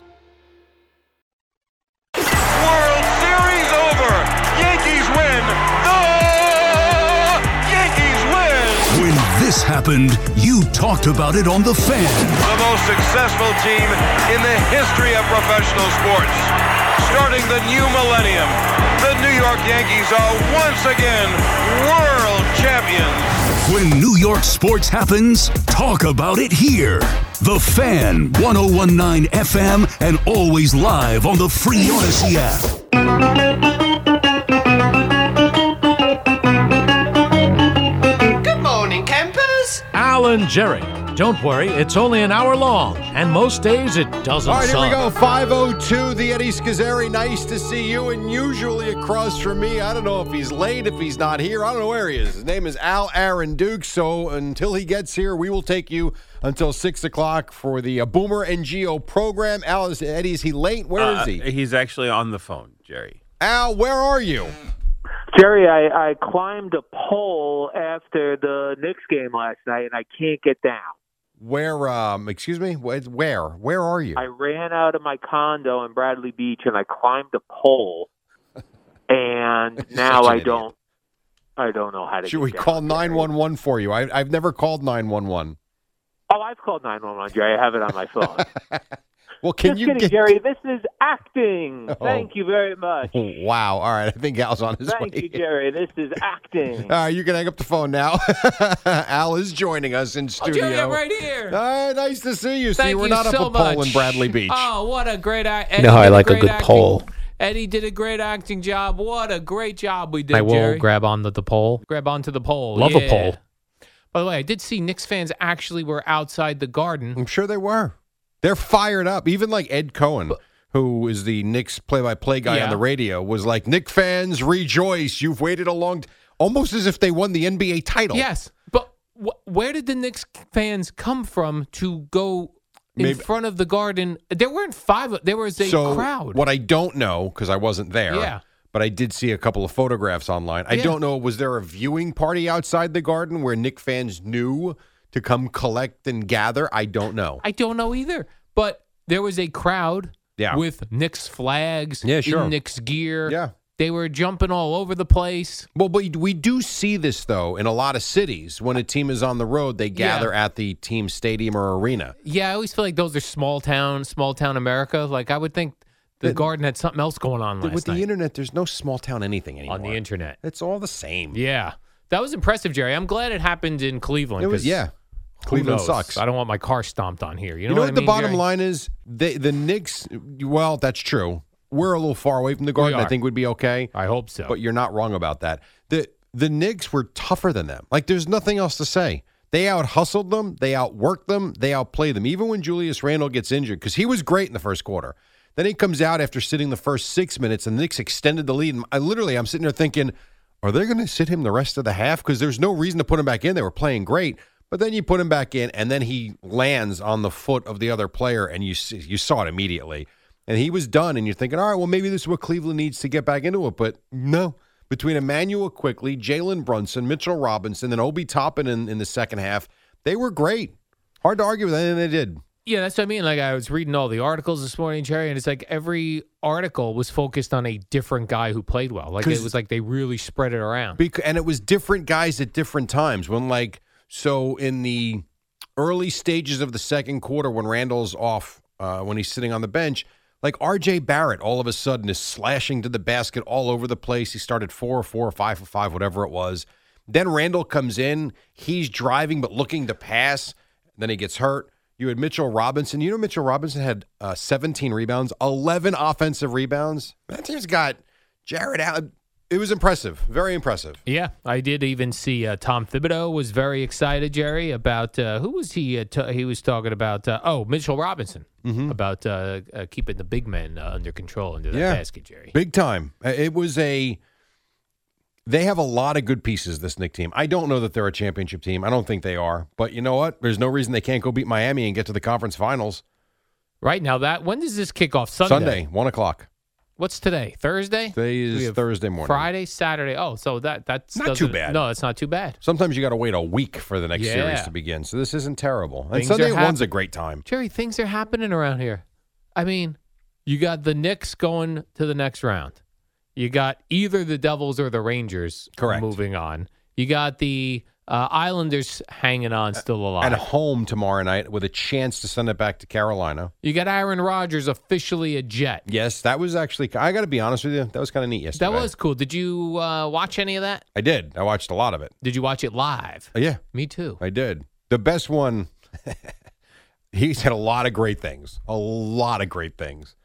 [SPEAKER 5] World Series over. Yankees win. The Yankees win.
[SPEAKER 6] When this happened, you talked about it on The Fan.
[SPEAKER 5] The most successful team in the history of professional sports. Starting the new millennium, the New York Yankees are once again world champions.
[SPEAKER 6] When New York sports happens, talk about it here. The Fan, 1019 FM, and always live on the Free Odyssey app.
[SPEAKER 7] Good morning, campers.
[SPEAKER 8] Alan Jerry. Don't worry, it's only an hour long, and most days it doesn't
[SPEAKER 4] All right, here we go. 502, the Eddie Scazzeri. Nice to see you. And usually across from me, I don't know if he's late, if he's not here. I don't know where he is. His name is Al Aaron Duke. So until he gets here, we will take you until 6 o'clock for the uh, Boomer and Geo program. Al, is, Eddie, is he late? Where is he?
[SPEAKER 5] Uh, He's actually on the phone, Jerry.
[SPEAKER 4] Al, where are you?
[SPEAKER 5] Jerry, I, I climbed a pole after the Knicks game last night, and I can't get down.
[SPEAKER 4] Where, um, excuse me? Wh- Where? Where are you?
[SPEAKER 5] I ran out of my condo in Bradley Beach, and I climbed a pole, and now
[SPEAKER 4] Such an
[SPEAKER 5] I
[SPEAKER 4] idiot.
[SPEAKER 5] don't. I don't know how to.
[SPEAKER 4] Should
[SPEAKER 5] get
[SPEAKER 4] we
[SPEAKER 5] down,
[SPEAKER 4] call
[SPEAKER 5] Jerry.
[SPEAKER 4] 911 for you? I, I've never called 911.
[SPEAKER 5] Oh, I've called nine one one, Jerry. I have it on my phone.
[SPEAKER 4] Well, can
[SPEAKER 5] Just
[SPEAKER 4] you
[SPEAKER 5] kidding,
[SPEAKER 4] get.
[SPEAKER 5] Jerry. This is acting.
[SPEAKER 4] Oh.
[SPEAKER 5] Thank you very much.
[SPEAKER 4] Wow. All right. I think Al's on his
[SPEAKER 5] Thank
[SPEAKER 4] way.
[SPEAKER 5] you, Jerry. This is acting.
[SPEAKER 4] All right, you can hang up the phone now. Al is joining us in
[SPEAKER 3] Oh,
[SPEAKER 4] studio.
[SPEAKER 3] Jerry, I'm right here.
[SPEAKER 4] All right, nice to see you. see,
[SPEAKER 3] Thank
[SPEAKER 4] we're
[SPEAKER 3] you
[SPEAKER 4] not
[SPEAKER 3] so
[SPEAKER 4] up a pole
[SPEAKER 3] much.
[SPEAKER 4] in Bradley Beach.
[SPEAKER 3] Oh, what a great act! You
[SPEAKER 8] know how I like a good poll.
[SPEAKER 3] Eddie did a great acting job. What a great job we did.
[SPEAKER 8] I will
[SPEAKER 3] grab onto the pole. Grab onto the pole.
[SPEAKER 8] Love a
[SPEAKER 3] yeah.
[SPEAKER 8] poll.
[SPEAKER 3] By the way, I did see Knicks fans actually were outside the garden.
[SPEAKER 4] I'm sure they were. They're fired up. Even like Ed Cohen, who is the Knicks play-by-play guy
[SPEAKER 3] Yeah.
[SPEAKER 4] on the radio, was like, "Nick fans, rejoice! You've waited a long, t-. almost as if they won the NBA title."
[SPEAKER 3] Yes, but wh- where did the Knicks fans come from to go in
[SPEAKER 4] Maybe-
[SPEAKER 3] front of the Garden? There weren't five. There was a
[SPEAKER 4] so
[SPEAKER 3] crowd.
[SPEAKER 4] What I don't know because I wasn't there.
[SPEAKER 3] Yeah.
[SPEAKER 4] But I did see a couple of photographs online. I
[SPEAKER 3] Yeah.
[SPEAKER 4] don't know. Was there a viewing party outside the garden where Nick fans knew to come collect and gather? I don't know.
[SPEAKER 3] I don't know either. But there was a crowd
[SPEAKER 4] Yeah.
[SPEAKER 3] with Knicks flags,
[SPEAKER 4] Yeah, sure.
[SPEAKER 3] in Knicks gear.
[SPEAKER 4] Yeah.
[SPEAKER 3] They were jumping all over the place.
[SPEAKER 4] Well, but we do see this though in a lot of cities when a team is on the road, they gather at the team stadium or arena.
[SPEAKER 3] Yeah, I always feel like those are small town, small town America. Like I would think the,
[SPEAKER 4] The-
[SPEAKER 3] Garden had something else going on last
[SPEAKER 4] With the
[SPEAKER 3] night
[SPEAKER 4] internet, there's no small town anything anymore.
[SPEAKER 3] on the internet.
[SPEAKER 4] it's all the same.
[SPEAKER 3] Yeah, that was impressive, Jerry. I'm glad it happened in Cleveland.
[SPEAKER 4] It was
[SPEAKER 3] 'cause
[SPEAKER 4] yeah.
[SPEAKER 3] who
[SPEAKER 4] Cleveland
[SPEAKER 3] knows?
[SPEAKER 4] sucks.
[SPEAKER 3] I don't want my car stomped on here. You know,
[SPEAKER 4] You know,
[SPEAKER 3] what,
[SPEAKER 4] what
[SPEAKER 3] I
[SPEAKER 4] the
[SPEAKER 3] mean,
[SPEAKER 4] bottom
[SPEAKER 3] Jerry?
[SPEAKER 4] line is? They, the Knicks, well, that's true. We're a little far away from the
[SPEAKER 3] We
[SPEAKER 4] Garden. I
[SPEAKER 3] are.
[SPEAKER 4] think would be okay,
[SPEAKER 3] I hope so.
[SPEAKER 4] but you're not wrong about that. The the Knicks were tougher than them. Like there's nothing else to say. They out hustled them, they outworked them, they outplayed them. Even when Julius Randle gets injured, because he was great in the first quarter. Then he comes out after sitting the first six minutes, and the Knicks extended the lead. And I literally, I'm sitting there thinking, are they going to sit him the rest of the half? Because there's no reason to put him back in. They were playing great, but then you put him back in, and then he lands on the foot of the other player, and you see, you saw it immediately. And he was done, and you're thinking, all right, well, maybe this is what Cleveland needs to get back into it, but no. Between Emmanuel Quickly, Jalen Brunson, Mitchell Robinson, and Obi Toppin in, in the second half, they were great. Hard to argue with anything they did.
[SPEAKER 3] Yeah, that's what I mean. Like I was reading all the articles this morning, Jerry, and it's like every article was focused on a different guy who played well. Like it
[SPEAKER 4] 'Cause-
[SPEAKER 3] was like they really spread it around.
[SPEAKER 4] Bec- and it was different guys at different times. When like so in the early stages of the second quarter, when Randall's off, uh, when he's sitting on the bench, like R.J. Barrett, all of a sudden is slashing to the basket all over the place. He started four or four or five for five, whatever it was. Then Randall comes in. He's driving but looking to pass. Then he gets hurt. You had Mitchell Robinson. You know Mitchell Robinson had uh, 17 rebounds, 11 offensive rebounds. That team's got Jared Allen. It was impressive, very impressive.
[SPEAKER 3] Yeah, I did even see uh, Tom Thibodeau was very excited, Jerry, about uh, who was he? Uh, t- he was talking about uh, oh Mitchell Robinson
[SPEAKER 4] Mm-hmm.
[SPEAKER 3] about uh, uh, keeping the big men uh, under control under that
[SPEAKER 4] Yeah.
[SPEAKER 3] basket, Jerry.
[SPEAKER 4] Big time. Uh, It was a. They have a lot of good pieces, this Nick team. I don't know that they're a championship team. I don't think they are. But you know what? There's no reason they can't go beat Miami and get to the conference finals
[SPEAKER 3] Right now, that when does this kick off? Sunday.
[SPEAKER 4] one o'clock.
[SPEAKER 3] What's today? Thursday.
[SPEAKER 4] Today
[SPEAKER 3] We
[SPEAKER 4] is
[SPEAKER 3] have
[SPEAKER 4] Thursday morning.
[SPEAKER 3] Friday, Saturday. Oh, so that that's
[SPEAKER 4] Not too
[SPEAKER 3] doesn't-
[SPEAKER 4] bad.
[SPEAKER 3] No, it's not too bad.
[SPEAKER 4] Sometimes you got to wait a week for the next series
[SPEAKER 3] Yeah.
[SPEAKER 4] to begin. So this isn't terrible. And
[SPEAKER 3] Things are
[SPEAKER 4] Sunday
[SPEAKER 3] hap-
[SPEAKER 4] one's a great time.
[SPEAKER 3] Jerry, things are happening around here. I mean, you got the Knicks going to the next round. You got either the Devils or the Rangers
[SPEAKER 4] Correct.
[SPEAKER 3] moving on. You got the uh, Islanders hanging on, still alive.
[SPEAKER 4] At home tomorrow night with a chance to send it back to Carolina.
[SPEAKER 3] you got Aaron Rodgers officially a Jet.
[SPEAKER 4] Yes, that was actually, I got to be honest with you, that was kind of neat yesterday.
[SPEAKER 3] That was cool. Did you uh, watch any of that?
[SPEAKER 4] I did. I watched a lot of it.
[SPEAKER 3] Did you watch it live?
[SPEAKER 4] Yeah.
[SPEAKER 3] Me too.
[SPEAKER 4] I did. The best one, he said a lot of great things, a lot of great things.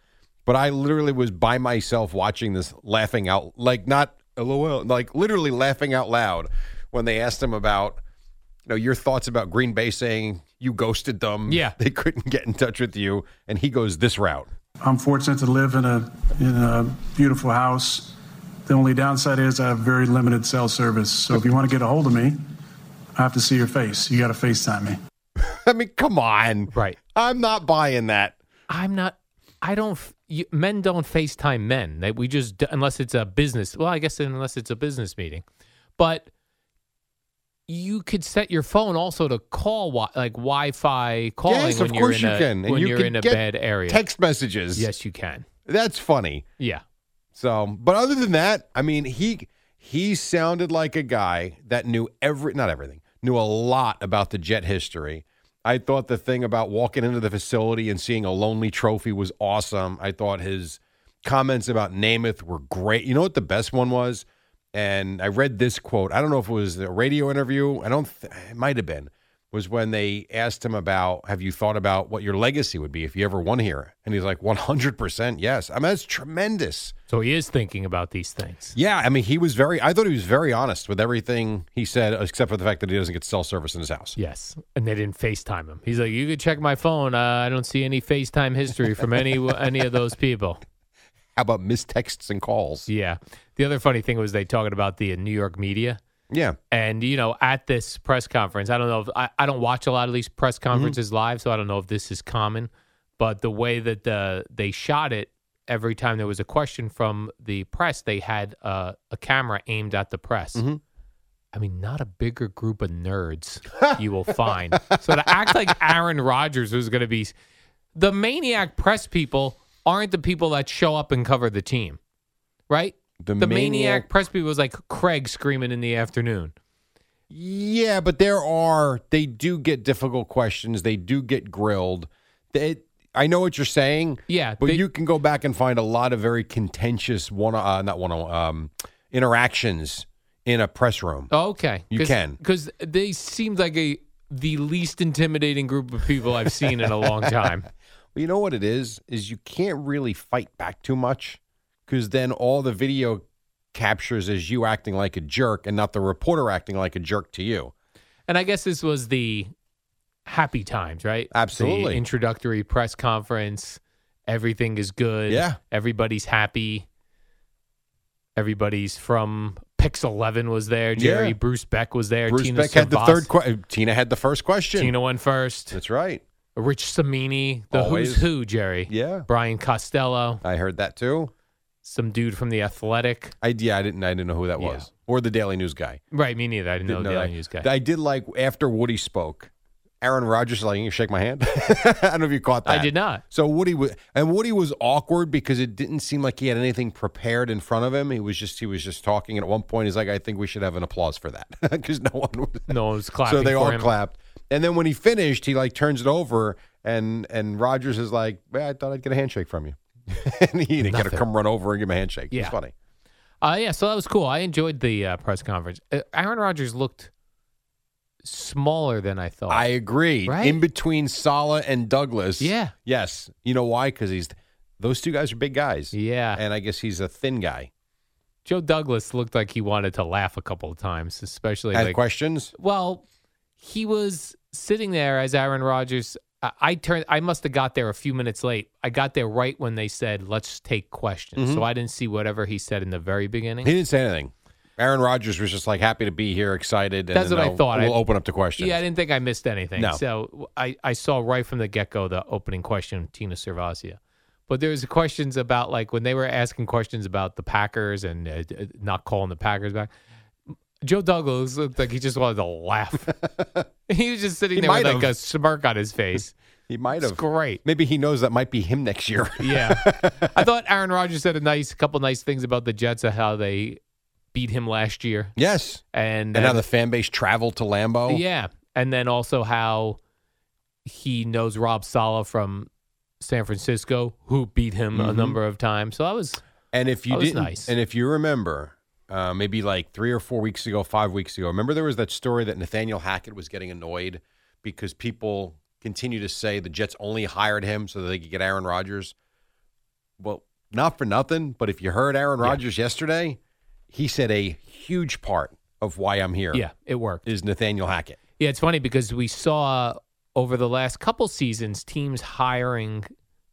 [SPEAKER 4] But I literally was by myself watching this, laughing out, like not LOL, like literally laughing out loud when they asked him about, you know, your thoughts about Green Bay saying you ghosted them.
[SPEAKER 3] Yeah.
[SPEAKER 4] They couldn't get in touch with you. And he goes this route.
[SPEAKER 9] I'm fortunate to live in a in a beautiful house. The only downside is I have very limited cell service. So if you want to get a hold of me, I have to see your face. You got to FaceTime me.
[SPEAKER 4] I mean, come on.
[SPEAKER 3] Right.
[SPEAKER 4] I'm not buying that.
[SPEAKER 3] I'm not. I don't. f- You, men don't FaceTime men. That we just d- unless it's a business. Well, I guess unless it's a business meeting, but you could set your phone also to call wi- like Wi-Fi calling
[SPEAKER 4] yes,
[SPEAKER 3] when
[SPEAKER 4] of
[SPEAKER 3] you're
[SPEAKER 4] course
[SPEAKER 3] in
[SPEAKER 4] you
[SPEAKER 3] a,
[SPEAKER 4] can.
[SPEAKER 3] when
[SPEAKER 4] you
[SPEAKER 3] are
[SPEAKER 4] can
[SPEAKER 3] in a
[SPEAKER 4] get
[SPEAKER 3] bad area.
[SPEAKER 4] Text messages.
[SPEAKER 3] Yes, you can.
[SPEAKER 4] That's funny.
[SPEAKER 3] Yeah,
[SPEAKER 4] So, but other than that, I mean, he he sounded like a guy that knew every not everything, knew a lot about the Jet history. I thought the thing about walking into the facility and seeing a lonely trophy was awesome. I thought his comments about Namath were great. You know what the best one was? And I read this quote. I don't know if it was a radio interview. I don't. Th- it might have been. Was when they asked him about, have you thought about what your legacy would be if you ever won here? And he's like, 100%, yes. I mean, that's tremendous.
[SPEAKER 3] so he is thinking about these things.
[SPEAKER 4] Yeah, I mean, he was very. I thought he was very honest with everything he said, except for the fact that he doesn't get cell service in his house.
[SPEAKER 3] Yes, and they didn't FaceTime him. He's like, you could check my phone. Uh, I don't see any FaceTime history from any any of those people.
[SPEAKER 4] How about missed texts and calls?
[SPEAKER 3] Yeah. The other funny thing was they talking about the uh, New York media
[SPEAKER 4] Yeah.
[SPEAKER 3] And, you know, at this press conference, I don't know if I, I don't watch a lot of these press conferences live, so I don't know if this is common, but the way that the, they shot it, every time there was a question from the press, they had uh, a camera aimed at the press. I mean, not a bigger group of nerds you will find. so to act like Aaron Rodgers was going to be the maniac press people aren't the people that show up and cover the team, right?
[SPEAKER 4] The
[SPEAKER 3] maniac,
[SPEAKER 4] maniac-
[SPEAKER 3] press people was like Craig screaming in the afternoon.
[SPEAKER 4] Yeah, but there are they do get difficult questions. They do get grilled. They, I know what you're saying.
[SPEAKER 3] Yeah,
[SPEAKER 4] but
[SPEAKER 3] they-
[SPEAKER 4] you can go back and find a lot of very contentious one uh, not one um interactions in a press room.
[SPEAKER 3] Oh, Okay,
[SPEAKER 4] You can.
[SPEAKER 3] because they seemed like a the least intimidating group of people I've seen in a long time.
[SPEAKER 4] Well, you know what it is is you can't really fight back too much because then all the video captures is you acting like a jerk and not the reporter acting like a jerk to you.
[SPEAKER 3] And I guess this was the happy times, right?
[SPEAKER 4] Absolutely.
[SPEAKER 3] The introductory press conference. Everything is good.
[SPEAKER 4] Yeah.
[SPEAKER 3] Everybody's happy. Everybody's from Pix Eleven was there. Jerry
[SPEAKER 4] Yeah.
[SPEAKER 3] Bruce Beck was there.
[SPEAKER 4] Bruce
[SPEAKER 3] Tina
[SPEAKER 4] Beck had the
[SPEAKER 3] Servas-
[SPEAKER 4] third que- Tina had the first question.
[SPEAKER 3] Tina went first.
[SPEAKER 4] That's right.
[SPEAKER 3] Rich Samini, the
[SPEAKER 4] Always.
[SPEAKER 3] who's who, Jerry.
[SPEAKER 4] Yeah.
[SPEAKER 3] Brian Costello,
[SPEAKER 4] I heard that too.
[SPEAKER 3] some dude from the Athletic.
[SPEAKER 4] I yeah, I didn't I didn't know who that was or the Daily News guy.
[SPEAKER 3] Right, me neither. I didn't,
[SPEAKER 4] Didn't
[SPEAKER 3] know,
[SPEAKER 4] know
[SPEAKER 3] the
[SPEAKER 4] that.
[SPEAKER 3] Daily News guy.
[SPEAKER 4] I did like after Woody spoke. Aaron Rodgers like, "You can shake my hand." I don't know if you caught that.
[SPEAKER 3] I did not.
[SPEAKER 4] So Woody was, and Woody was awkward because it didn't seem like he had anything prepared in front of him. He was just he was just talking, and at one point he's like, "I think we should have an applause for that," because no one was.
[SPEAKER 3] No one was clapping.
[SPEAKER 4] So they
[SPEAKER 3] for
[SPEAKER 4] all
[SPEAKER 3] him.
[SPEAKER 4] clapped, and then when he finished, he like turns it over, and and Rogers is like, well, "I thought I'd get a handshake from you," and he didn't get to
[SPEAKER 3] Nothing.
[SPEAKER 4] come run over and give him a handshake.
[SPEAKER 3] Yeah.
[SPEAKER 4] It's funny.
[SPEAKER 3] Uh, yeah, so that was cool. I enjoyed the uh, press conference. Uh, Aaron Rodgers looked smaller than I thought.
[SPEAKER 4] I agree.
[SPEAKER 3] Oh. Right?
[SPEAKER 4] In between Sala and Douglas.
[SPEAKER 3] Yeah.
[SPEAKER 4] Yes. You know why? Because he's those two guys are big guys,
[SPEAKER 3] yeah,
[SPEAKER 4] and I guess he's a thin guy.
[SPEAKER 3] Joe Douglas looked like he wanted to laugh a couple of times, especially
[SPEAKER 4] Had
[SPEAKER 3] like
[SPEAKER 4] questions?
[SPEAKER 3] well, he was sitting there as Aaron Rodgers. I, I turned. I must have got there a few minutes late. I got there right when they said let's take questions,
[SPEAKER 4] Mm-hmm.
[SPEAKER 3] so I didn't see whatever he said in the very beginning.
[SPEAKER 4] He didn't say anything. Aaron Rodgers was just like happy to be here, excited. And
[SPEAKER 3] That's
[SPEAKER 4] then
[SPEAKER 3] what I
[SPEAKER 4] they'll-
[SPEAKER 3] thought. I-
[SPEAKER 4] We'll open up to questions.
[SPEAKER 3] Yeah, I didn't think I missed anything.
[SPEAKER 4] No.
[SPEAKER 3] So I, I saw right from the get go the opening question, Tina Servasia. But there was questions about like when they were asking questions about the Packers and uh, d- not calling the Packers back. Joe Douglas looked like he just wanted to laugh. he was just sitting
[SPEAKER 4] He
[SPEAKER 3] there with
[SPEAKER 4] might
[SPEAKER 3] like
[SPEAKER 4] have.
[SPEAKER 3] a smirk on his face.
[SPEAKER 4] he might
[SPEAKER 3] It's
[SPEAKER 4] have.
[SPEAKER 3] great.
[SPEAKER 4] Maybe he knows that might be him next year.
[SPEAKER 3] Yeah, I thought Aaron Rodgers said a nice couple nice things about the Jets of how they beat him last year
[SPEAKER 4] yes.
[SPEAKER 3] and
[SPEAKER 4] And
[SPEAKER 3] then-
[SPEAKER 4] how the fan base traveled to Lambeau.
[SPEAKER 3] Yeah, and then also how he knows Rob Sala from San Francisco, who beat him a
[SPEAKER 4] Mhm.
[SPEAKER 3] number of times. So I was
[SPEAKER 4] And if you
[SPEAKER 3] That was
[SPEAKER 4] didn't,
[SPEAKER 3] nice.
[SPEAKER 4] and if you remember, uh, maybe like three or four weeks ago, five weeks ago, remember there was that story that Nathaniel Hackett was getting annoyed because people continue to say the Jets only hired him so that they could get Aaron Rodgers. Well, not for nothing, but if you heard Aaron Rodgers yesterday, he said a huge part of why I'm here is
[SPEAKER 3] yeah, it worked.
[SPEAKER 4] Nathaniel Hackett.
[SPEAKER 3] Yeah, it's funny because we saw over the last couple seasons teams hiring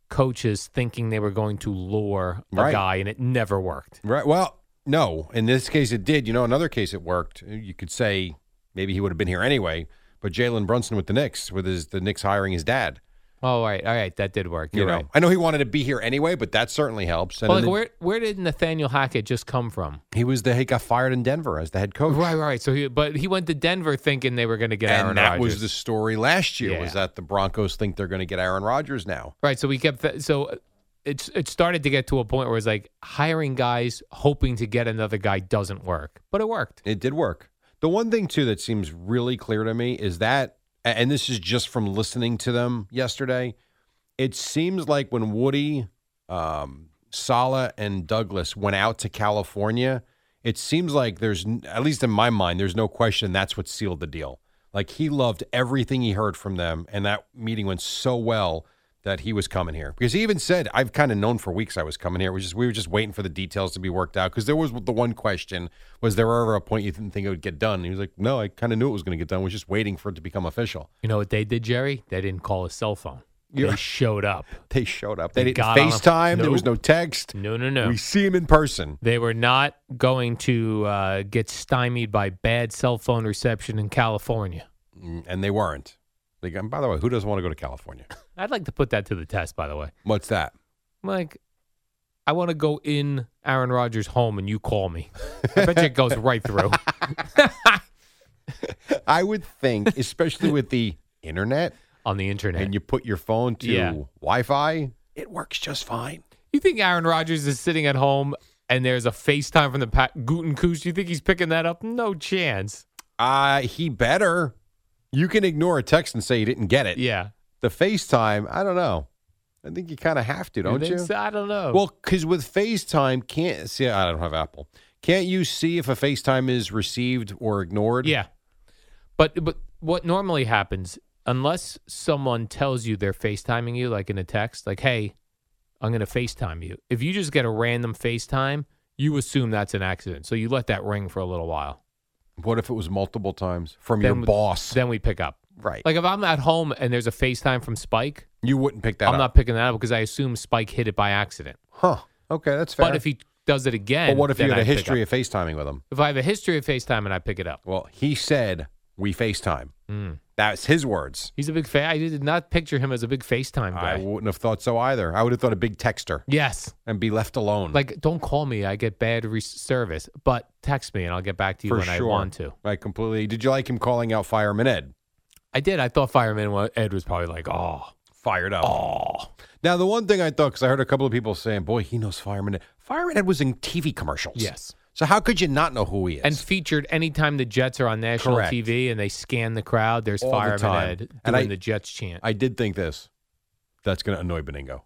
[SPEAKER 3] coaches thinking they were going to lure a
[SPEAKER 4] Right.
[SPEAKER 3] guy, and it never worked.
[SPEAKER 4] Right. Well, no. In this case, it did. You know, another case, it worked. You could say maybe he would have been here anyway. But Jalen Brunson with the Knicks, with his the Knicks hiring his dad.
[SPEAKER 3] Oh, all right, all right, that did work.
[SPEAKER 4] You
[SPEAKER 3] You're
[SPEAKER 4] know,
[SPEAKER 3] right.
[SPEAKER 4] I know he wanted to be here anyway, but that certainly helps. And
[SPEAKER 3] Well, like,
[SPEAKER 4] then
[SPEAKER 3] where where did Nathaniel Hackett just come from?
[SPEAKER 4] he was the he got fired in Denver as the head coach.
[SPEAKER 3] Right, right. So, he, but he went to Denver thinking they were going to get Aaron
[SPEAKER 4] And that
[SPEAKER 3] Rodgers.
[SPEAKER 4] was the story last year was
[SPEAKER 3] Yeah.
[SPEAKER 4] that the Broncos think they're going to get Aaron Rodgers now.
[SPEAKER 3] Right. So we kept that. So it's it started to get to a point where it's like hiring guys hoping to get another guy doesn't work, but it worked.
[SPEAKER 4] It did work. The one thing too that seems really clear to me is that, a- and this is just from listening to them yesterday. It seems like when Woody, um, Sala, and Douglas went out to California, it seems like there's n- at least in my mind, there's no question that's what sealed the deal. Like he loved everything he heard from them, and that meeting went so well that he was coming here because he even said, "I've kind of known for weeks I was coming here. We just we were just waiting for the details to be worked out because there was the one question: was there ever a point you didn't think it would get done?" And he was like, "No, I kind of knew it was going to get done. I was just waiting for it to become official."
[SPEAKER 3] You know what they did, Jerry? They didn't call his cell phone. they showed up.
[SPEAKER 4] They showed up. They, didn't
[SPEAKER 3] got on a-
[SPEAKER 4] FaceTime. There was
[SPEAKER 3] Nope.
[SPEAKER 4] no text.
[SPEAKER 3] No, no, no.
[SPEAKER 4] We see him in person.
[SPEAKER 3] They were not going to uh, get stymied by bad cell phone reception in California.
[SPEAKER 4] Mm, And they weren't. They got, and by the way, who doesn't want to go to California?
[SPEAKER 3] I'd like to put that to the test, by the way.
[SPEAKER 4] What's that?
[SPEAKER 3] Like, I want to go in Aaron Rodgers' home and you call me. I bet you it goes right through.
[SPEAKER 4] I would think, especially with the internet
[SPEAKER 3] on the internet,
[SPEAKER 4] and you put your phone to
[SPEAKER 3] Yeah.
[SPEAKER 4] Wi-Fi, it works just fine.
[SPEAKER 3] You think Aaron Rodgers is sitting at home and there's a FaceTime from the Pat Gutenkoos? You think he's picking that up? No chance.
[SPEAKER 4] Uh, he better. You can ignore a text and say you didn't get it.
[SPEAKER 3] Yeah.
[SPEAKER 4] The FaceTime, I don't know. I think you kind of have to, don't you?
[SPEAKER 3] think so? I don't know.
[SPEAKER 4] Well, because with FaceTime, can't see. I don't have Apple. Can't you see if a FaceTime is received or ignored?
[SPEAKER 3] Yeah. But but what normally happens, unless someone tells you they're FaceTiming you, like in a text, like, hey, I'm gonna FaceTime you. If you just get a random FaceTime, you assume that's an accident. So you let that ring for a little while.
[SPEAKER 4] What if it was multiple times from
[SPEAKER 3] Then
[SPEAKER 4] your
[SPEAKER 3] we-
[SPEAKER 4] boss?
[SPEAKER 3] Then we pick up.
[SPEAKER 4] right.
[SPEAKER 3] Like if I'm at home and there's a FaceTime from Spike,
[SPEAKER 4] you wouldn't pick that
[SPEAKER 3] I'm
[SPEAKER 4] up.
[SPEAKER 3] not picking that up because I assume Spike hit it by accident.
[SPEAKER 4] Huh. Okay, that's fair.
[SPEAKER 3] But if he does it again,
[SPEAKER 4] But what if you
[SPEAKER 3] then
[SPEAKER 4] had a
[SPEAKER 3] I pick
[SPEAKER 4] history
[SPEAKER 3] up.
[SPEAKER 4] of FaceTiming with him?
[SPEAKER 3] If I have a history of FaceTime and I pick it up,
[SPEAKER 4] Well, he said we FaceTime.
[SPEAKER 3] Mm.
[SPEAKER 4] That's his words.
[SPEAKER 3] he's a big fan. I did not picture him as a big FaceTime guy.
[SPEAKER 4] I wouldn't have thought so either. I would have thought a big texter
[SPEAKER 3] yes.
[SPEAKER 4] and be left alone.
[SPEAKER 3] Like, don't call me. I get bad re- service, but text me and I'll get back to you
[SPEAKER 4] for
[SPEAKER 3] when
[SPEAKER 4] sure.
[SPEAKER 3] I want to.
[SPEAKER 4] I completely. Did you like him calling out Fireman Ed?
[SPEAKER 3] I did. I thought Fireman wa- Ed was probably like, oh,
[SPEAKER 4] Fired up. Oh. Now the one thing I thought, because I heard a couple of people saying, "Boy, he knows Fireman Ed." Fireman Ed was in TV commercials.
[SPEAKER 3] yes.
[SPEAKER 4] So how could you not know who he is?
[SPEAKER 3] And featured anytime the Jets are on national
[SPEAKER 4] Correct.
[SPEAKER 3] TV and they scan the crowd, there's
[SPEAKER 4] All the
[SPEAKER 3] Fireman
[SPEAKER 4] time.
[SPEAKER 3] Ed doing
[SPEAKER 4] And I-
[SPEAKER 3] the Jets chant.
[SPEAKER 4] I did think this. That's going to annoy Beningo.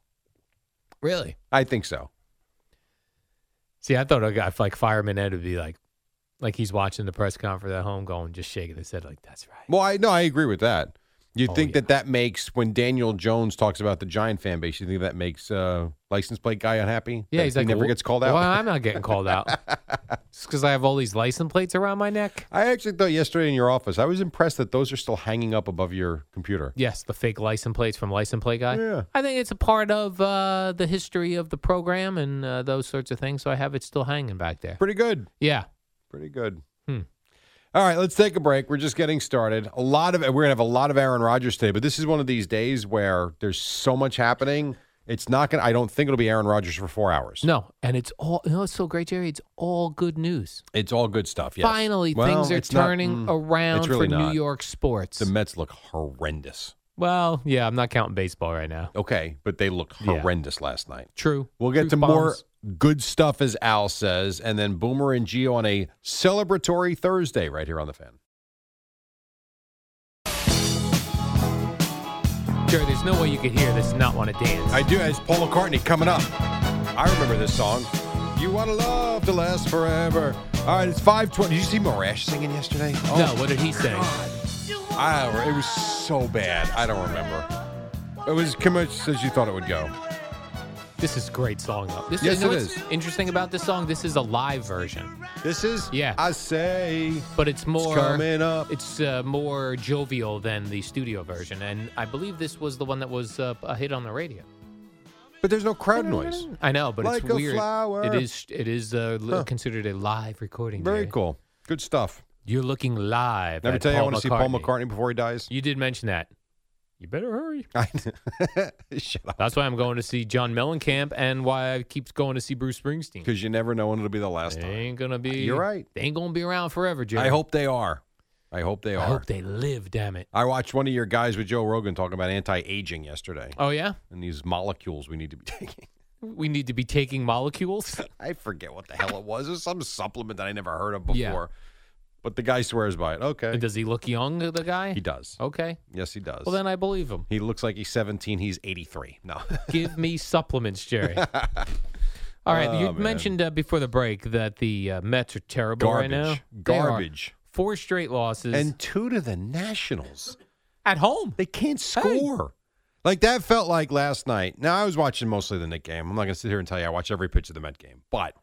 [SPEAKER 3] really?
[SPEAKER 4] I think so.
[SPEAKER 3] See, I thought a guy like Fireman Ed would be like, like he's watching the press conference at home, going just shaking his head, like that's right.
[SPEAKER 4] Well, I no, I agree with that. You
[SPEAKER 3] Oh,
[SPEAKER 4] think
[SPEAKER 3] yeah.
[SPEAKER 4] that that makes when Daniel Jones talks about the Giant fan base, you think that makes uh, license plate guy unhappy?
[SPEAKER 3] Yeah,
[SPEAKER 4] That
[SPEAKER 3] he's
[SPEAKER 4] he
[SPEAKER 3] like
[SPEAKER 4] never
[SPEAKER 3] "Wh-
[SPEAKER 4] gets called out.
[SPEAKER 3] Well, I'm not getting called out just because I have all these license plates around my neck.
[SPEAKER 4] I actually thought yesterday in your office, I was impressed that those are still hanging up above your computer.
[SPEAKER 3] Yes, the fake license plates from license plate guy.
[SPEAKER 4] Yeah.
[SPEAKER 3] I think it's a part of uh, the history of the program and uh, those sorts of things. So I have it still hanging back there.
[SPEAKER 4] Pretty good.
[SPEAKER 3] Yeah.
[SPEAKER 4] Pretty good.
[SPEAKER 3] Hmm.
[SPEAKER 4] All right, let's take a break. We're just getting started. A lot of we're gonna have a lot of Aaron Rodgers today, but this is one of these days where there's so much happening. It's not gonna. I don't think it'll be Aaron Rodgers for four hours.
[SPEAKER 3] No, and it's all. You know, it's so great, Jerry. It's all good news.
[SPEAKER 4] It's all good stuff. Yes.
[SPEAKER 3] Finally,
[SPEAKER 4] Well,
[SPEAKER 3] things are
[SPEAKER 4] it's not-
[SPEAKER 3] turning
[SPEAKER 4] mm,
[SPEAKER 3] around
[SPEAKER 4] it's really
[SPEAKER 3] for
[SPEAKER 4] not.
[SPEAKER 3] New York sports.
[SPEAKER 4] The Mets look horrendous.
[SPEAKER 3] well, yeah, I'm not counting baseball right now.
[SPEAKER 4] Okay, but they look
[SPEAKER 3] Yeah.
[SPEAKER 4] horrendous last night.
[SPEAKER 3] True.
[SPEAKER 4] We'll get
[SPEAKER 3] Truth
[SPEAKER 4] to more
[SPEAKER 3] bombs.
[SPEAKER 4] good stuff, as Al says, and then Boomer and Geo on a celebratory Thursday right here on the fan.
[SPEAKER 3] Jerry, there's no way you could hear this and not want to dance.
[SPEAKER 4] I do. It's Paul McCartney coming up. I remember this song. You want to love to last forever. All right, it's 520. Did you see Morash singing yesterday? Oh,
[SPEAKER 3] no, what did he say?
[SPEAKER 4] I don't re- it was so bad. I don't remember. It was much as you thought it would go.
[SPEAKER 3] This is a great song though. This,
[SPEAKER 4] Yes,
[SPEAKER 3] you know
[SPEAKER 4] it
[SPEAKER 3] what's
[SPEAKER 4] is.
[SPEAKER 3] Interesting about this song. This is a live version,
[SPEAKER 4] This is
[SPEAKER 3] Yeah.
[SPEAKER 4] I say
[SPEAKER 3] but it's more.
[SPEAKER 4] it's coming up.
[SPEAKER 3] It's uh, more jovial than the studio version, and I believe this was the one that was uh, a hit on the radio.
[SPEAKER 4] But there's no crowd noise.
[SPEAKER 3] I know, but
[SPEAKER 4] Like
[SPEAKER 3] it's
[SPEAKER 4] a
[SPEAKER 3] weird.
[SPEAKER 4] flower.
[SPEAKER 3] It is. It is uh, li-
[SPEAKER 4] Huh.
[SPEAKER 3] considered a live recording.
[SPEAKER 4] Very
[SPEAKER 3] Jerry.
[SPEAKER 4] cool. Good stuff.
[SPEAKER 3] You're looking live.
[SPEAKER 4] Never
[SPEAKER 3] at
[SPEAKER 4] tell you I
[SPEAKER 3] Paul
[SPEAKER 4] want to see Paul McCartney before he dies.
[SPEAKER 3] You did mention that. You better hurry.
[SPEAKER 4] I, shut up.
[SPEAKER 3] That's why I'm going to see John Mellencamp, and why I keep going to see Bruce Springsteen.
[SPEAKER 4] Because you never know when it'll be the last
[SPEAKER 3] They
[SPEAKER 4] time.
[SPEAKER 3] ain't gonna be.
[SPEAKER 4] Uh, You're right.
[SPEAKER 3] They ain't gonna be around forever, Jerry.
[SPEAKER 4] I hope they are. I hope they are.
[SPEAKER 3] I hope they live. Damn it.
[SPEAKER 4] I watched one of your guys with Joe Rogan talking about anti-aging yesterday
[SPEAKER 3] Oh yeah.
[SPEAKER 4] and these molecules we need to be taking.
[SPEAKER 3] We need to be taking molecules.
[SPEAKER 4] I forget what the hell it was. It was some supplement that I never heard of before.
[SPEAKER 3] Yeah.
[SPEAKER 4] But the guy swears by it. Okay.
[SPEAKER 3] And does he look young, the guy?
[SPEAKER 4] He does.
[SPEAKER 3] Okay.
[SPEAKER 4] Yes, he does.
[SPEAKER 3] Well, then I believe him.
[SPEAKER 4] he looks like he's 17. He's 83. No.
[SPEAKER 3] Give me supplements, Jerry. All right. you
[SPEAKER 4] Oh, man.
[SPEAKER 3] mentioned uh, before the break that the uh, Mets are terrible
[SPEAKER 4] Garbage.
[SPEAKER 3] right now. They are.
[SPEAKER 4] Garbage.
[SPEAKER 3] Four straight losses
[SPEAKER 4] And two to the Nationals.
[SPEAKER 3] at home.
[SPEAKER 4] They can't score. Like that felt like last night. Now I was watching mostly the Nick game. I'm not going to sit here and tell you I watch every pitch of the Met game, but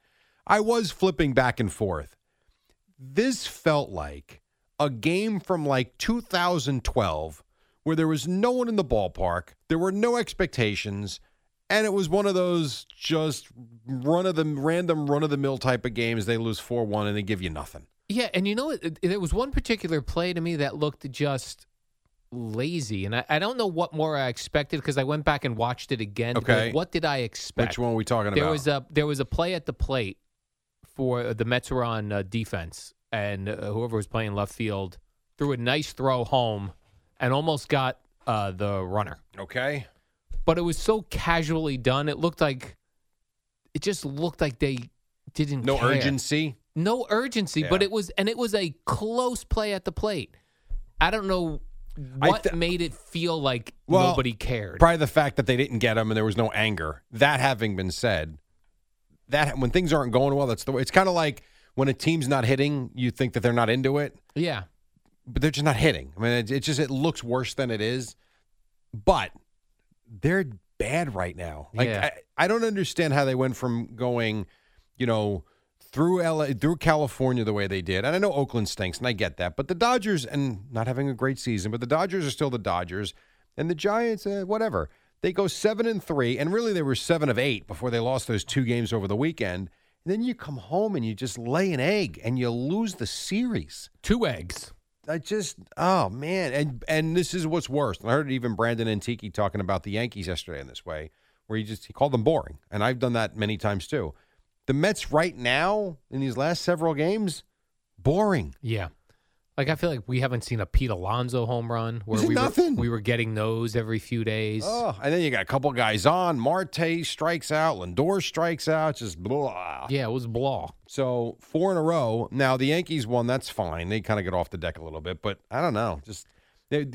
[SPEAKER 4] I was flipping back and forth. This felt like a game from like 2012 where there was no one in the ballpark, there were no expectations, and it was one of those just run of the random run of the mill type of games. They lose four one and they give you nothing.
[SPEAKER 3] Yeah, and you know, it, it- there was one particular play to me that looked just lazy, and I, I don't know what more I expected because I went back and watched it again. to be like,
[SPEAKER 4] Okay.
[SPEAKER 3] what did I expect?
[SPEAKER 4] Which one are we talking
[SPEAKER 3] There
[SPEAKER 4] about?
[SPEAKER 3] was a there was a play at the plate for the Mets were on uh, defense, and uh, whoever was playing left field threw a nice throw home, and almost got uh, the runner.
[SPEAKER 4] Okay.
[SPEAKER 3] But it was so casually done; it looked like it just looked like they didn't
[SPEAKER 4] No
[SPEAKER 3] care.
[SPEAKER 4] urgency.
[SPEAKER 3] No urgency,
[SPEAKER 4] Yeah.
[SPEAKER 3] but it was and it was a close play at the plate. I don't know
[SPEAKER 4] I
[SPEAKER 3] what
[SPEAKER 4] th-
[SPEAKER 3] made it feel like
[SPEAKER 4] Well,
[SPEAKER 3] nobody cared.
[SPEAKER 4] Probably the fact that they didn't get him and there was no anger. That having been said, that when things aren't going well, that's the way. It's kind of like when a team's not hitting, you think that they're not into it,
[SPEAKER 3] yeah.
[SPEAKER 4] but they're just not hitting. I mean, it, it just it looks worse than it is. But they're bad right now. Like
[SPEAKER 3] Yeah.
[SPEAKER 4] I, I don't understand how they went from going, you know, through LA, through California the way they did. And I know Oakland stinks, and I get that. But the Dodgers and not having a great season, but the Dodgers are still the Dodgers, and the Giants, uh, whatever. They go seven and three, and really they were seven of eight before they lost those two games over the weekend. And then you come home and you just lay an egg and you lose the series.
[SPEAKER 3] Two eggs.
[SPEAKER 4] I just oh man, and and this is what's worse. And I heard even Brandon Antiki talking about the Yankees yesterday in this way, where he just he called them boring, and I've done that many times too. The Mets right now in these last several games, boring.
[SPEAKER 3] Yeah. Like I feel like we haven't seen a Pete Alonso home run where
[SPEAKER 4] Is it
[SPEAKER 3] we
[SPEAKER 4] nothing?
[SPEAKER 3] Were, we were getting those every few days.
[SPEAKER 4] Oh, and then you got a couple guys on. Marte strikes out, Lindor strikes out, just blah.
[SPEAKER 3] Yeah, it was blah.
[SPEAKER 4] So four in a row. Now the Yankees won. That's fine. They kind of get off the deck a little bit, but I don't know. Just they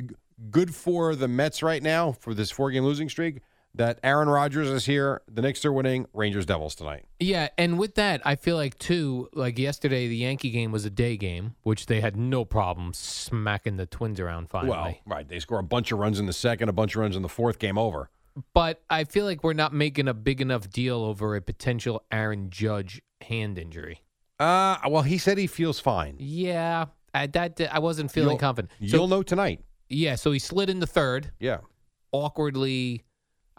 [SPEAKER 4] good for the Mets right now for this four game losing streak. That Aaron Rodgers is here. The Knicks are winning. Rangers Devils tonight.
[SPEAKER 3] Yeah, and with that, I feel like too, like yesterday the Yankee game was a day game, which they had no problem smacking the Twins around finally.
[SPEAKER 4] Well, right. They score a bunch of runs in the second, a bunch of runs in the fourth. Game over.
[SPEAKER 3] But I feel like we're not making a big enough deal over a potential Aaron Judge hand injury.
[SPEAKER 4] Uh well, he said he feels fine.
[SPEAKER 3] Yeah, I, that I wasn't feeling
[SPEAKER 4] You'll-
[SPEAKER 3] confident. So-
[SPEAKER 4] You'll know tonight.
[SPEAKER 3] Yeah, so he slid in the third
[SPEAKER 4] Yeah.
[SPEAKER 3] awkwardly.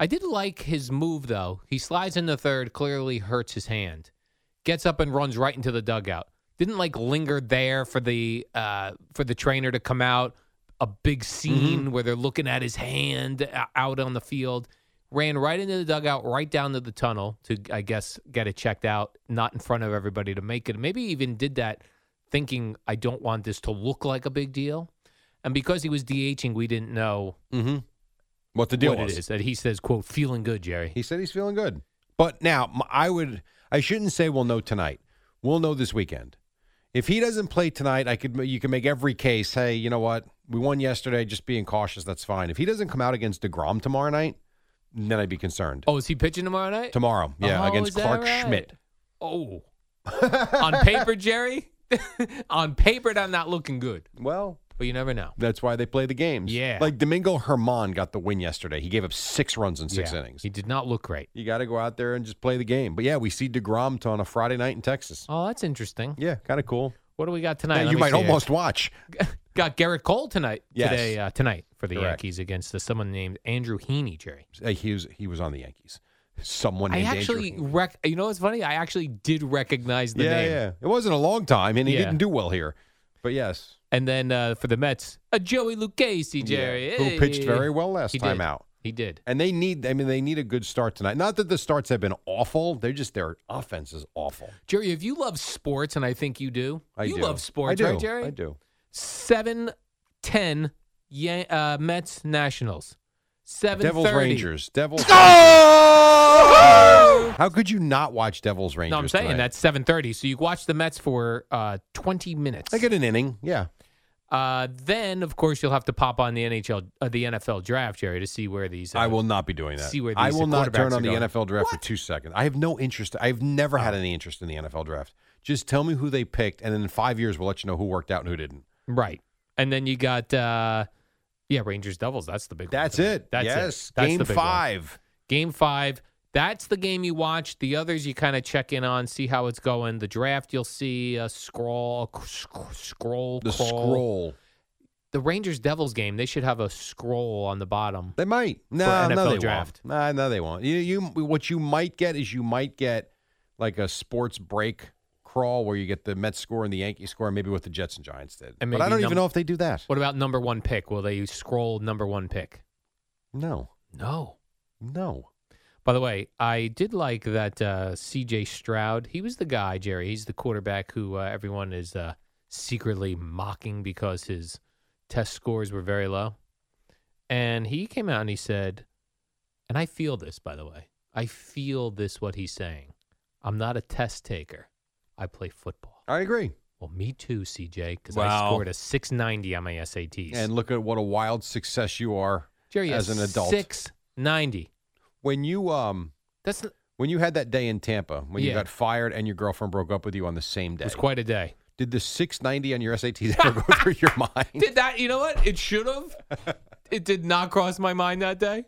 [SPEAKER 3] I did like his move though. He slides in the third, clearly hurts his hand. Gets up and runs right into the dugout. Didn't like linger there for the uh, for the trainer to come out. A big scene where they're looking at his hand o- out on the field. Ran right into the dugout, right down to the tunnel to, I guess, get it checked out. Not in front of everybody to make it. Maybe even did that thinking I don't want this to look like a big deal. And because he was DHing, we didn't know
[SPEAKER 4] Mm-hmm. What the deal
[SPEAKER 3] what
[SPEAKER 4] was.
[SPEAKER 3] it is that he says, "quote feeling good, Jerry."
[SPEAKER 4] He said he's feeling good. But now m- I would I shouldn't say we'll know tonight. We'll know this weekend. If he doesn't play tonight, I could you can make every case. Hey, you know what? We won yesterday. Just being cautious. That's fine. If he doesn't come out against Degrom tomorrow night, then I'd be concerned.
[SPEAKER 3] Oh, is he pitching tomorrow night?
[SPEAKER 4] Tomorrow, yeah,
[SPEAKER 3] Oh,
[SPEAKER 4] against
[SPEAKER 3] is that
[SPEAKER 4] Clark
[SPEAKER 3] right?
[SPEAKER 4] Schmidt.
[SPEAKER 3] Oh, on paper, Jerry. on paper, I'm not looking good,
[SPEAKER 4] Well,
[SPEAKER 3] but you never know.
[SPEAKER 4] that's why they play the games.
[SPEAKER 3] Yeah.
[SPEAKER 4] like Domingo Herman got the win yesterday. He gave up six runs in six
[SPEAKER 3] Yeah,
[SPEAKER 4] innings.
[SPEAKER 3] He did not look great.
[SPEAKER 4] You got to go out there and just play the game. But yeah, we see Degrom on a Friday night in Texas.
[SPEAKER 3] Oh, that's interesting.
[SPEAKER 4] Yeah, kind of cool.
[SPEAKER 3] What do we got tonight?
[SPEAKER 4] Yeah,
[SPEAKER 3] Let
[SPEAKER 4] you
[SPEAKER 3] me
[SPEAKER 4] might
[SPEAKER 3] see here.
[SPEAKER 4] almost watch.
[SPEAKER 3] got Garrett Cole tonight.
[SPEAKER 4] Yes.
[SPEAKER 3] Today, uh, tonight for the
[SPEAKER 4] Correct.
[SPEAKER 3] Yankees against the, someone named Andrew Heaney, Jerry.
[SPEAKER 4] Uh, he was he was on the Yankees. Someone
[SPEAKER 3] I
[SPEAKER 4] named
[SPEAKER 3] actually
[SPEAKER 4] Andrew. Heaney.
[SPEAKER 3] rec- you know what's funny? I actually did recognize the
[SPEAKER 4] yeah,
[SPEAKER 3] name.
[SPEAKER 4] yeah. It wasn't a long time, and he
[SPEAKER 3] Yeah.
[SPEAKER 4] didn't do well here. But yes,
[SPEAKER 3] And then uh, for the Mets, a Joey Lucchese, Jerry,
[SPEAKER 4] Yeah. who pitched
[SPEAKER 3] Hey.
[SPEAKER 4] very well last
[SPEAKER 3] He
[SPEAKER 4] time
[SPEAKER 3] did.
[SPEAKER 4] out.
[SPEAKER 3] He did.
[SPEAKER 4] And they need. I mean, they need a good start tonight. Not that the starts have been awful. They're just their offense is awful.
[SPEAKER 3] Jerry, if you love sports, and I think you do,
[SPEAKER 4] I
[SPEAKER 3] you
[SPEAKER 4] do.
[SPEAKER 3] love sports,
[SPEAKER 4] I do.
[SPEAKER 3] right, Jerry?
[SPEAKER 4] I do.
[SPEAKER 3] Seven ten, Yan- uh, Mets Nationals. Seven
[SPEAKER 4] Devils Rangers. Devils. How could you not watch Devils Rangers?
[SPEAKER 3] No, I'm saying
[SPEAKER 4] tonight?
[SPEAKER 3] that's seven thirty. So you watch the Mets for uh, twenty minutes.
[SPEAKER 4] I get an inning. Yeah.
[SPEAKER 3] Uh, then, of course, you'll have to pop on the NHL, uh, the NFL draft, Jerry, to see where these. Uh,
[SPEAKER 4] I will not be doing that.
[SPEAKER 3] see where
[SPEAKER 4] I
[SPEAKER 3] these
[SPEAKER 4] will not
[SPEAKER 3] quarterbacks
[SPEAKER 4] turn
[SPEAKER 3] are
[SPEAKER 4] on the
[SPEAKER 3] going. Oh.
[SPEAKER 4] NFL draft for two seconds. I have no interest. I've never had any interest in the NFL draft. Just tell me who they picked, and then in five years we'll let you know who worked out and who didn't.
[SPEAKER 3] Right, and then you got uh, yeah, Rangers Devils. That's the big. one
[SPEAKER 4] That's
[SPEAKER 3] tonight.
[SPEAKER 4] it.
[SPEAKER 3] That's
[SPEAKER 4] yes.
[SPEAKER 3] it. That's
[SPEAKER 4] Game
[SPEAKER 3] the big one.
[SPEAKER 4] five.
[SPEAKER 3] Game five. That's the game you watch. The others you kind of check in on, see how it's going. The draft you'll see a scroll, a sc- scroll,
[SPEAKER 4] The
[SPEAKER 3] crawl.
[SPEAKER 4] scroll.
[SPEAKER 3] the Rangers Devils game, they should have a scroll on the bottom.
[SPEAKER 4] They might. No,
[SPEAKER 3] for NFL
[SPEAKER 4] no, they
[SPEAKER 3] draft.
[SPEAKER 4] won't. No, no, they won't. You, you, what you might get is you might get like a sports break crawl where you get the Mets score and the Yankees score, maybe what the Jets and Giants did.
[SPEAKER 3] And
[SPEAKER 4] but I
[SPEAKER 3] maybe
[SPEAKER 4] don't
[SPEAKER 3] num-
[SPEAKER 4] even know if they do that.
[SPEAKER 3] What about number one pick? Will they scroll number one pick?
[SPEAKER 4] No,
[SPEAKER 3] No.
[SPEAKER 4] no.
[SPEAKER 3] By the way, I did like that uh, C.J. Stroud. He was the guy, Jerry. He's the quarterback who uh, everyone is uh, secretly mocking because his test scores were very low. And he came out and he said, and I feel this, by the way. I feel this, what he's saying. I'm not a test taker. I play football.
[SPEAKER 4] I agree.
[SPEAKER 3] Well, me too, CJ, because I
[SPEAKER 4] Wow.
[SPEAKER 3] scored a 690 on my SATs.
[SPEAKER 4] And look at what a wild success you are
[SPEAKER 3] Jerry, a
[SPEAKER 4] as an adult.
[SPEAKER 3] 690.
[SPEAKER 4] When you um
[SPEAKER 3] That's it
[SPEAKER 4] when you had that day in Tampa when you
[SPEAKER 3] Yeah.
[SPEAKER 4] got fired and your girlfriend broke up with you on the same day.
[SPEAKER 3] was quite a day.
[SPEAKER 4] did the 690 on your SATs ever go through your mind?
[SPEAKER 3] Did that? You know what? It should have. It did not cross my mind that day.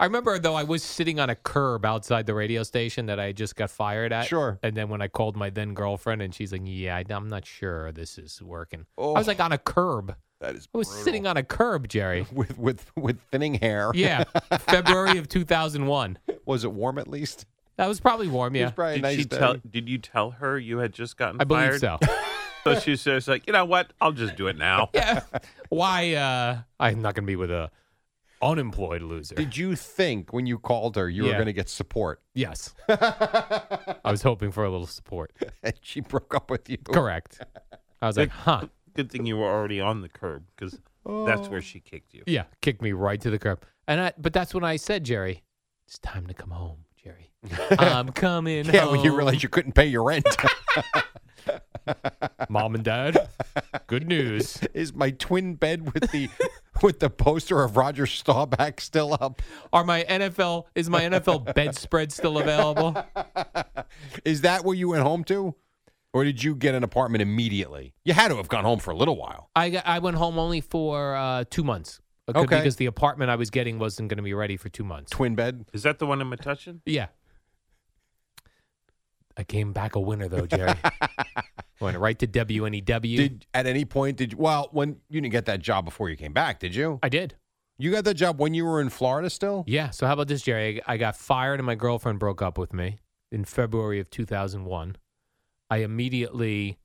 [SPEAKER 3] I remember though I was sitting on a curb outside the radio station that I just got fired at.
[SPEAKER 4] Sure.
[SPEAKER 3] And then when I called my then girlfriend and she's like, "Yeah, I- I'm not sure this is working."
[SPEAKER 4] Oh.
[SPEAKER 3] I was like on a curb.
[SPEAKER 4] That is
[SPEAKER 3] I was sitting on a curb, Jerry.
[SPEAKER 4] with with with thinning hair.
[SPEAKER 3] Yeah, February of 2001.
[SPEAKER 4] Was it warm at least?
[SPEAKER 3] That was probably warm.
[SPEAKER 4] It
[SPEAKER 3] Yeah,
[SPEAKER 4] was probably a
[SPEAKER 10] Did
[SPEAKER 4] nice
[SPEAKER 10] she
[SPEAKER 4] day.
[SPEAKER 10] tell? Did you tell her you had just gotten?
[SPEAKER 3] I
[SPEAKER 10] fired?
[SPEAKER 3] believe so.
[SPEAKER 10] So she was just like, you know what? I'll just do it now.
[SPEAKER 3] yeah. Why? uh I'm not going to be with a unemployed loser.
[SPEAKER 4] Did you think when you called her you were
[SPEAKER 3] Yeah.
[SPEAKER 4] going to get support?
[SPEAKER 3] yes. I was hoping for a little support.
[SPEAKER 4] And she broke up with you.
[SPEAKER 3] Correct. I was like, huh.
[SPEAKER 10] Oh. Good thing you were already on the curb because that's where she kicked you.
[SPEAKER 3] Yeah, kicked me right to the curb. And I, but that's when I said, Jerry, it's time to come home, Jerry. I'm coming
[SPEAKER 4] Yeah,
[SPEAKER 3] home.
[SPEAKER 4] when you realized you couldn't pay your rent.
[SPEAKER 3] Mom and Dad, good news.
[SPEAKER 4] Is my twin bed with the with the poster of Roger Staubach still up?
[SPEAKER 3] Are my NFL is my NFL bedspread still available?
[SPEAKER 4] Is that where you went home to? Or did you get an apartment immediately? You had to have gone home for a little while.
[SPEAKER 3] I got- I went home only for uh, two months. Okay.
[SPEAKER 4] Okay.
[SPEAKER 3] Because the apartment I was getting wasn't going to be ready for two months.
[SPEAKER 4] Twin bed.
[SPEAKER 10] Is that the one in Metuchen?
[SPEAKER 3] Yeah. I came back a winner though, Jerry. Went right to E WNEW.
[SPEAKER 4] Did at any point did you, well when you didn't get that job before you came back, did you?
[SPEAKER 3] I did.
[SPEAKER 4] You got that job when you were in Florida still?
[SPEAKER 3] Yeah. So how about this, Jerry? I I got fired and my girlfriend broke up with me in February of 2001. I immediately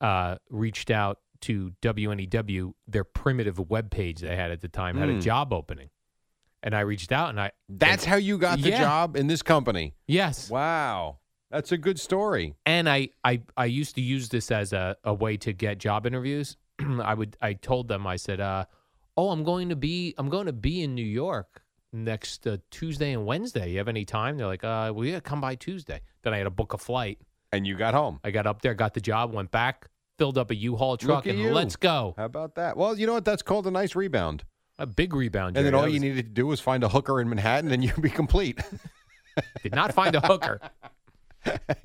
[SPEAKER 3] uh, reached out to WNEW, their primitive webpage they had at the time had a
[SPEAKER 4] Hmm.
[SPEAKER 3] job opening. And I reached out and I
[SPEAKER 4] That's how you got the
[SPEAKER 3] Yeah.
[SPEAKER 4] job in this company.
[SPEAKER 3] yes.
[SPEAKER 4] Wow. That's a good story.
[SPEAKER 3] And I, I, I used to use this as a, a way to get job interviews. I would I told them I said, uh, "Oh, I'm going to be I'm going to be in New York next uh, Tuesday and Wednesday. You have any time?" They're like, "Uh, well, yeah, come by Tuesday." Then I had to book a flight.
[SPEAKER 4] And you got home.
[SPEAKER 3] I got up there, got the job, went back, filled up a U-Haul truck,
[SPEAKER 4] at
[SPEAKER 3] and
[SPEAKER 4] you.
[SPEAKER 3] let's go.
[SPEAKER 4] How about that? Well, you know what? That's called a nice rebound.
[SPEAKER 3] A big rebound.
[SPEAKER 4] And then
[SPEAKER 3] Jerry.
[SPEAKER 4] all
[SPEAKER 3] That
[SPEAKER 4] you
[SPEAKER 3] was-
[SPEAKER 4] needed to do was find a hooker in Manhattan and you'd be complete.
[SPEAKER 3] did not find a hooker.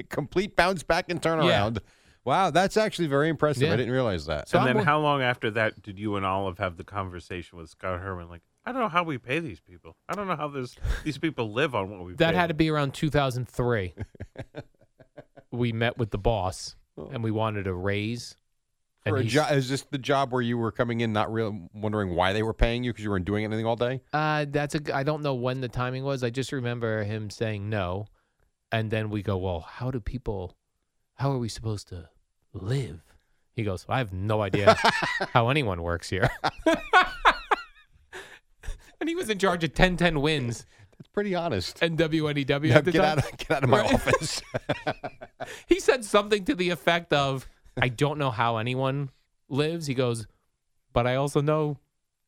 [SPEAKER 4] complete bounce back and turnaround. Wow, that's actually very impressive.
[SPEAKER 3] Yeah.
[SPEAKER 4] I didn't realize that.
[SPEAKER 3] So
[SPEAKER 10] and
[SPEAKER 3] I'm
[SPEAKER 10] then
[SPEAKER 3] wa-
[SPEAKER 10] how long after that did you and Olive have the conversation with Scott Herman? Like, I don't know how we pay these people. I don't know how this these people live on what we
[SPEAKER 3] That
[SPEAKER 10] pay
[SPEAKER 3] had to
[SPEAKER 10] them."
[SPEAKER 3] be around 2003. we met with the boss,
[SPEAKER 4] Oh.
[SPEAKER 3] and we wanted a raise.
[SPEAKER 4] For a
[SPEAKER 3] he's-
[SPEAKER 4] jo- is this the job where you were coming in not real wondering why they were paying you because you weren't doing anything all day?
[SPEAKER 3] Uh, that's a. g- I don't know when the timing was. I just remember him saying no, and then we go, "Well, how do people? How are we supposed to live?" He goes, "I have no idea how anyone works here." and he was in charge of ten ten wins
[SPEAKER 4] That's pretty honest.
[SPEAKER 3] and WNEW.
[SPEAKER 4] Now
[SPEAKER 3] E at the
[SPEAKER 4] get
[SPEAKER 3] time.
[SPEAKER 4] out, of, get out of my
[SPEAKER 3] Right.
[SPEAKER 4] office.
[SPEAKER 3] He said something to the effect of, "I don't know how anyone lives." He goes, "But I also know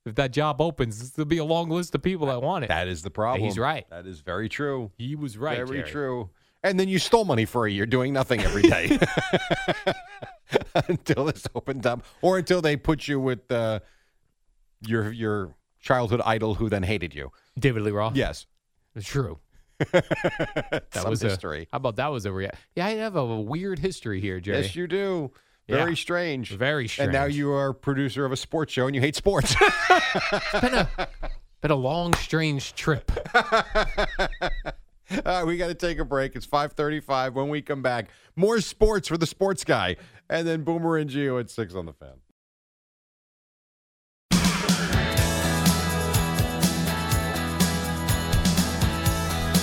[SPEAKER 3] if that job opens, there'll be a long list of people that want it."
[SPEAKER 4] that is the problem.
[SPEAKER 3] He's right.
[SPEAKER 4] That is very true.
[SPEAKER 3] he was right.
[SPEAKER 4] Very
[SPEAKER 3] Jerry.
[SPEAKER 4] true. And then you stole money for a year doing nothing every day until this opened up, or until they put you with uh, your your childhood idol who then hated you.
[SPEAKER 3] David Lee Roth.
[SPEAKER 4] Yes,
[SPEAKER 3] It's true.
[SPEAKER 4] that
[SPEAKER 3] That
[SPEAKER 4] Some
[SPEAKER 3] was a-
[SPEAKER 4] history.
[SPEAKER 3] how about that was a rea- yeah? I have a weird history here, Jerry.
[SPEAKER 4] yes, you do.
[SPEAKER 3] Yeah.
[SPEAKER 4] Very strange.
[SPEAKER 3] Very
[SPEAKER 4] And now
[SPEAKER 3] strange.
[SPEAKER 4] you are producer of a sports show, and you hate sports.
[SPEAKER 3] Been a long, strange trip.
[SPEAKER 4] All right, we got to take a break. It's 5:35 when we come back. More sports for the sports guy and then Boomer and Geo at 6 on the fan.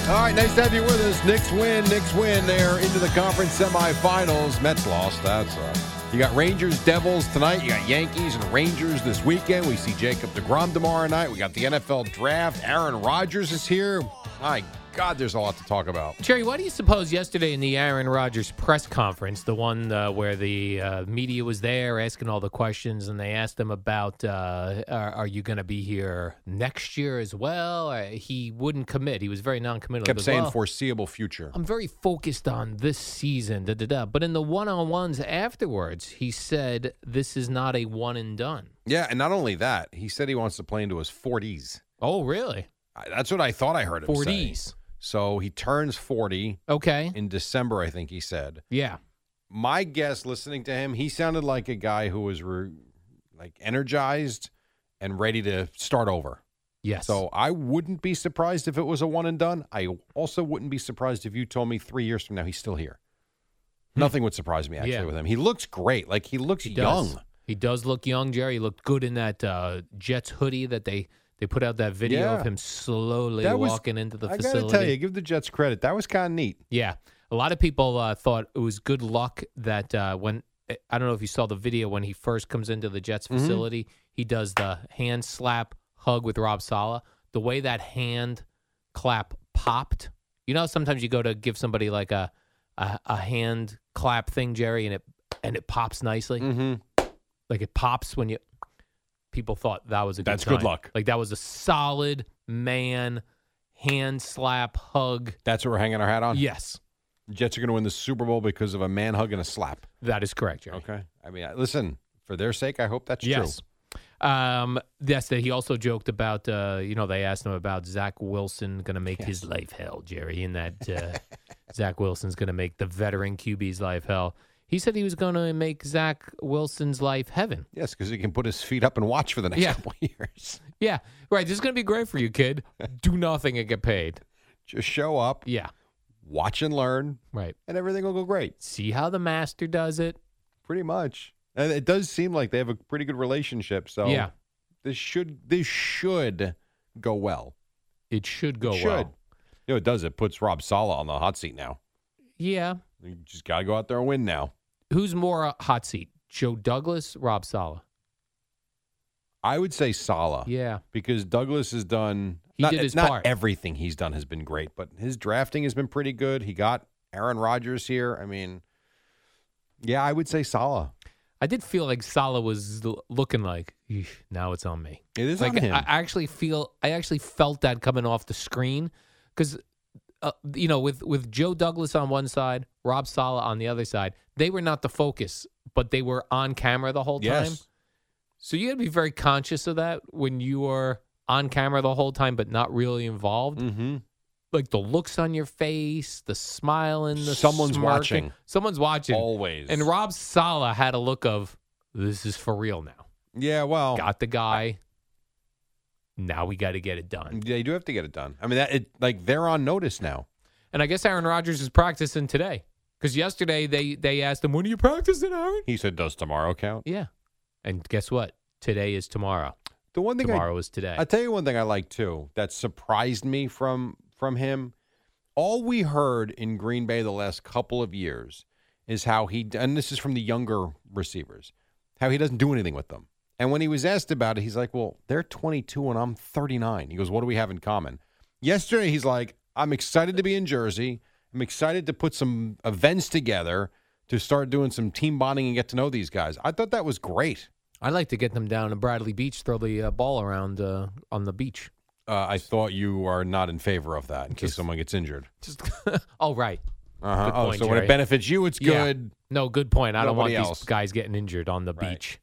[SPEAKER 4] All right, nice to have you with us. Knicks win, Knicks win. They're into the conference semifinals. Mets lost. That's uh, you got Rangers, Devils tonight. You got Yankees and Rangers this weekend. We see Jacob Degrom tomorrow night. We got the NFL draft. Aaron Rodgers is here. My God, there's a lot to talk about.
[SPEAKER 3] Jerry, why do you suppose yesterday in the Aaron Rodgers press conference, the one uh, where the uh, media was there asking all the questions, and they asked him about uh, are, are you going to be here next year as well? Uh, he wouldn't commit. He was very non-committal. He
[SPEAKER 4] Kept
[SPEAKER 3] goes,
[SPEAKER 4] saying
[SPEAKER 3] "Well,
[SPEAKER 4] foreseeable future.
[SPEAKER 3] I'm very focused on this season, da da da. But in the one-on-ones afterwards, he said this is not a one and done.
[SPEAKER 4] Yeah, and not only that, he said he wants to play into his 40s.
[SPEAKER 3] Oh, really?
[SPEAKER 4] That's what I thought I heard him say.
[SPEAKER 3] 40s.
[SPEAKER 4] So he turns 40.
[SPEAKER 3] Okay.
[SPEAKER 4] In December, I think he said.
[SPEAKER 3] Yeah.
[SPEAKER 4] My guess, listening to him, he sounded like a guy who was re- like energized and ready to start over.
[SPEAKER 3] Yes.
[SPEAKER 4] So I wouldn't be surprised if it was a one and done. I also wouldn't be surprised if you told me three years from now he's still here. Nothing would surprise me actually
[SPEAKER 3] Hmm. Yeah.
[SPEAKER 4] with him. He looks great. Like he looks
[SPEAKER 3] He
[SPEAKER 4] young.
[SPEAKER 3] does. He does look young, Jerry. He looked good in that uh, Jets hoodie that they they put out that video
[SPEAKER 4] Yeah.
[SPEAKER 3] of him slowly
[SPEAKER 4] That was-
[SPEAKER 3] walking into the
[SPEAKER 4] I
[SPEAKER 3] facility.
[SPEAKER 4] gotta tell you, give the Jets credit. That was kind of neat.
[SPEAKER 3] Yeah, a lot of people uh, thought it was good luck that uh, when I don't know if you saw the video when he first comes into the Jets
[SPEAKER 4] Mhm.
[SPEAKER 3] facility, he does the hand slap hug with Rob Sala. The way that hand clap popped, you know, sometimes you go to give somebody like a a, a hand clap thing, Jerry, and it and it pops nicely,
[SPEAKER 4] mm-hmm.
[SPEAKER 3] like it pops when you. People thought that was a good
[SPEAKER 4] That's good
[SPEAKER 3] sign.
[SPEAKER 4] luck.
[SPEAKER 3] Like that was a solid man hand slap hug.
[SPEAKER 4] That's what we're hanging our hat on.
[SPEAKER 3] Yes.
[SPEAKER 4] Jets are going to win the Super Bowl because of a man hug and a slap.
[SPEAKER 3] That is correct, Jerry.
[SPEAKER 4] Okay. I mean, I- listen, for their sake, I hope that's
[SPEAKER 3] yes.
[SPEAKER 4] true.
[SPEAKER 3] Um, yes, that he also joked about. Uh, you know, they asked him about Zach Wilson going to make his life hell, Jerry, and that uh, Zach Wilson's going to make the veteran QB's life hell. He said he was going to make Zach Wilson's life heaven.
[SPEAKER 4] Yes, because he can put his feet up and watch for the next
[SPEAKER 3] Yeah.
[SPEAKER 4] couple of years.
[SPEAKER 3] Yeah, right. This is going to be great for you, kid. Do nothing and get paid.
[SPEAKER 4] Just show up,
[SPEAKER 3] Yeah,
[SPEAKER 4] watch and learn,
[SPEAKER 3] right.
[SPEAKER 4] and everything will go great.
[SPEAKER 3] See how the master does it.
[SPEAKER 4] Pretty much. And it does seem like they have a pretty good relationship. So
[SPEAKER 3] Yeah.
[SPEAKER 4] this should this should go well.
[SPEAKER 3] It should go
[SPEAKER 4] it should.
[SPEAKER 3] well.
[SPEAKER 4] You know, it does. It puts Rob Sala on the hot seat now.
[SPEAKER 3] Yeah.
[SPEAKER 4] You just got to go out there and win now.
[SPEAKER 3] Who's more a hot seat? Joe Douglas, Rob Sala.
[SPEAKER 4] I would say Sala.
[SPEAKER 3] Yeah.
[SPEAKER 4] because Douglas has done
[SPEAKER 3] He
[SPEAKER 4] not,
[SPEAKER 3] did his
[SPEAKER 4] not
[SPEAKER 3] part.
[SPEAKER 4] everything he's done has been great, but his drafting has been pretty good. He got Aaron Rodgers here. I mean, yeah, I would say Salah.
[SPEAKER 3] I did feel like Salah was l- looking like "Eesh, now it's on me.
[SPEAKER 4] It is
[SPEAKER 3] like
[SPEAKER 4] on him.
[SPEAKER 3] I actually feel I actually felt that coming off the screen because uh, you know with with Joe Douglas on one side, Rob Salah on the other side, they were not the focus, but they were on camera the whole time.
[SPEAKER 4] yes,
[SPEAKER 3] So you got to be very conscious of that when you are on camera the whole time, but not really involved.
[SPEAKER 4] hmm
[SPEAKER 3] Like the looks on your face, the smiling, the
[SPEAKER 4] Someone's
[SPEAKER 3] smirking.
[SPEAKER 4] watching.
[SPEAKER 3] Someone's watching.
[SPEAKER 4] always.
[SPEAKER 3] And Rob Sala had a look of this is for real now.
[SPEAKER 4] yeah, well,
[SPEAKER 3] Got the guy. Now we got to get it done.
[SPEAKER 4] they do have to get it done. I mean, that it, like they're on notice now.
[SPEAKER 3] And I guess Aaron Rodgers is practicing today because yesterday they they asked him, "When are you practicing, Aaron?"
[SPEAKER 4] He said, "Does tomorrow count?"
[SPEAKER 3] Yeah. And guess what? Today is tomorrow.
[SPEAKER 4] The one thing I
[SPEAKER 3] Tomorrow is today.
[SPEAKER 4] I tell you one thing I like too that surprised me from from him. All we heard in Green Bay the last couple of years is how he and this is from the younger receivers, how he doesn't do anything with them. And when he was asked about it, he's like, "Well, they're 22 and I'm 39." He goes, "What do we have in common?" Yesterday he's like, "I'm excited to be in Jersey. I'm excited to put some events together to start doing some team bonding and get to know these guys." I thought that was great.
[SPEAKER 3] I'd like to get them down to Bradley Beach, throw the uh, ball around uh, on the beach.
[SPEAKER 4] Uh, I thought you are not in favor of that in case someone gets injured.
[SPEAKER 3] Just oh right.
[SPEAKER 4] Uh-huh.
[SPEAKER 3] Good
[SPEAKER 4] Oh,
[SPEAKER 3] point,
[SPEAKER 4] so when it
[SPEAKER 3] Jerry.
[SPEAKER 4] benefits you, it's
[SPEAKER 3] Yeah.
[SPEAKER 4] good.
[SPEAKER 3] No, good point. I don't want
[SPEAKER 4] Nobody else.
[SPEAKER 3] these guys getting injured on the
[SPEAKER 4] Right.
[SPEAKER 3] beach.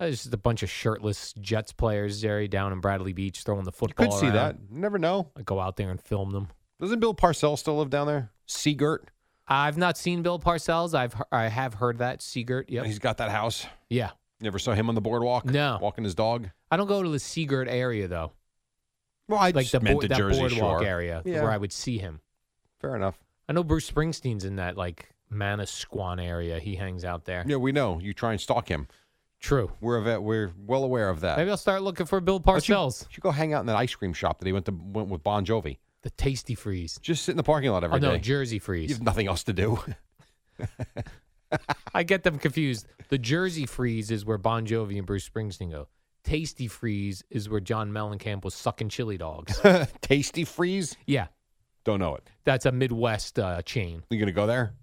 [SPEAKER 3] It's just a bunch of shirtless Jets players, Jerry, down in Bradley Beach throwing the
[SPEAKER 4] You
[SPEAKER 3] football.
[SPEAKER 4] could see
[SPEAKER 3] around.
[SPEAKER 4] that. You never know.
[SPEAKER 3] I go out there and film them.
[SPEAKER 4] Doesn't Bill Parcells still live down there? Seagert.
[SPEAKER 3] I've not seen Bill Parcells. I've he- I have heard that Seagert. Yep.
[SPEAKER 4] He's got that house.
[SPEAKER 3] Yeah.
[SPEAKER 4] Never saw him on the boardwalk.
[SPEAKER 3] No.
[SPEAKER 4] Walking his dog.
[SPEAKER 3] I don't go to the Seagert area though,
[SPEAKER 4] Well, I
[SPEAKER 3] like
[SPEAKER 4] just
[SPEAKER 3] the
[SPEAKER 4] meant
[SPEAKER 3] bo-
[SPEAKER 4] the
[SPEAKER 3] that
[SPEAKER 4] Jersey
[SPEAKER 3] boardwalk
[SPEAKER 4] Shore
[SPEAKER 3] area
[SPEAKER 4] Yeah.
[SPEAKER 3] where I would see him.
[SPEAKER 4] Fair enough.
[SPEAKER 3] I know Bruce Springsteen's in that like Manasquan area. He hangs out there.
[SPEAKER 4] Yeah, we know. You try and stalk him.
[SPEAKER 3] True.
[SPEAKER 4] We're av- we're well aware of that.
[SPEAKER 3] Maybe I'll start looking for Bill
[SPEAKER 4] Why don't you-
[SPEAKER 3] Parcells.
[SPEAKER 4] You, should go hang out in that ice cream shop that he went to went with Bon Jovi.
[SPEAKER 3] The tasty freeze.
[SPEAKER 4] Just sit in the parking lot every
[SPEAKER 3] oh,
[SPEAKER 4] day.
[SPEAKER 3] no, Jersey freeze.
[SPEAKER 4] You have nothing else to do.
[SPEAKER 3] I get them confused. The Jersey Freeze is where Bon Jovi and Bruce Springsteen go. Tasty Freeze is where John Mellencamp was sucking chili dogs.
[SPEAKER 4] Tasty Freeze?
[SPEAKER 3] Yeah,
[SPEAKER 4] Don't know it.
[SPEAKER 3] that's a Midwest uh, chain.
[SPEAKER 4] You gonna go there?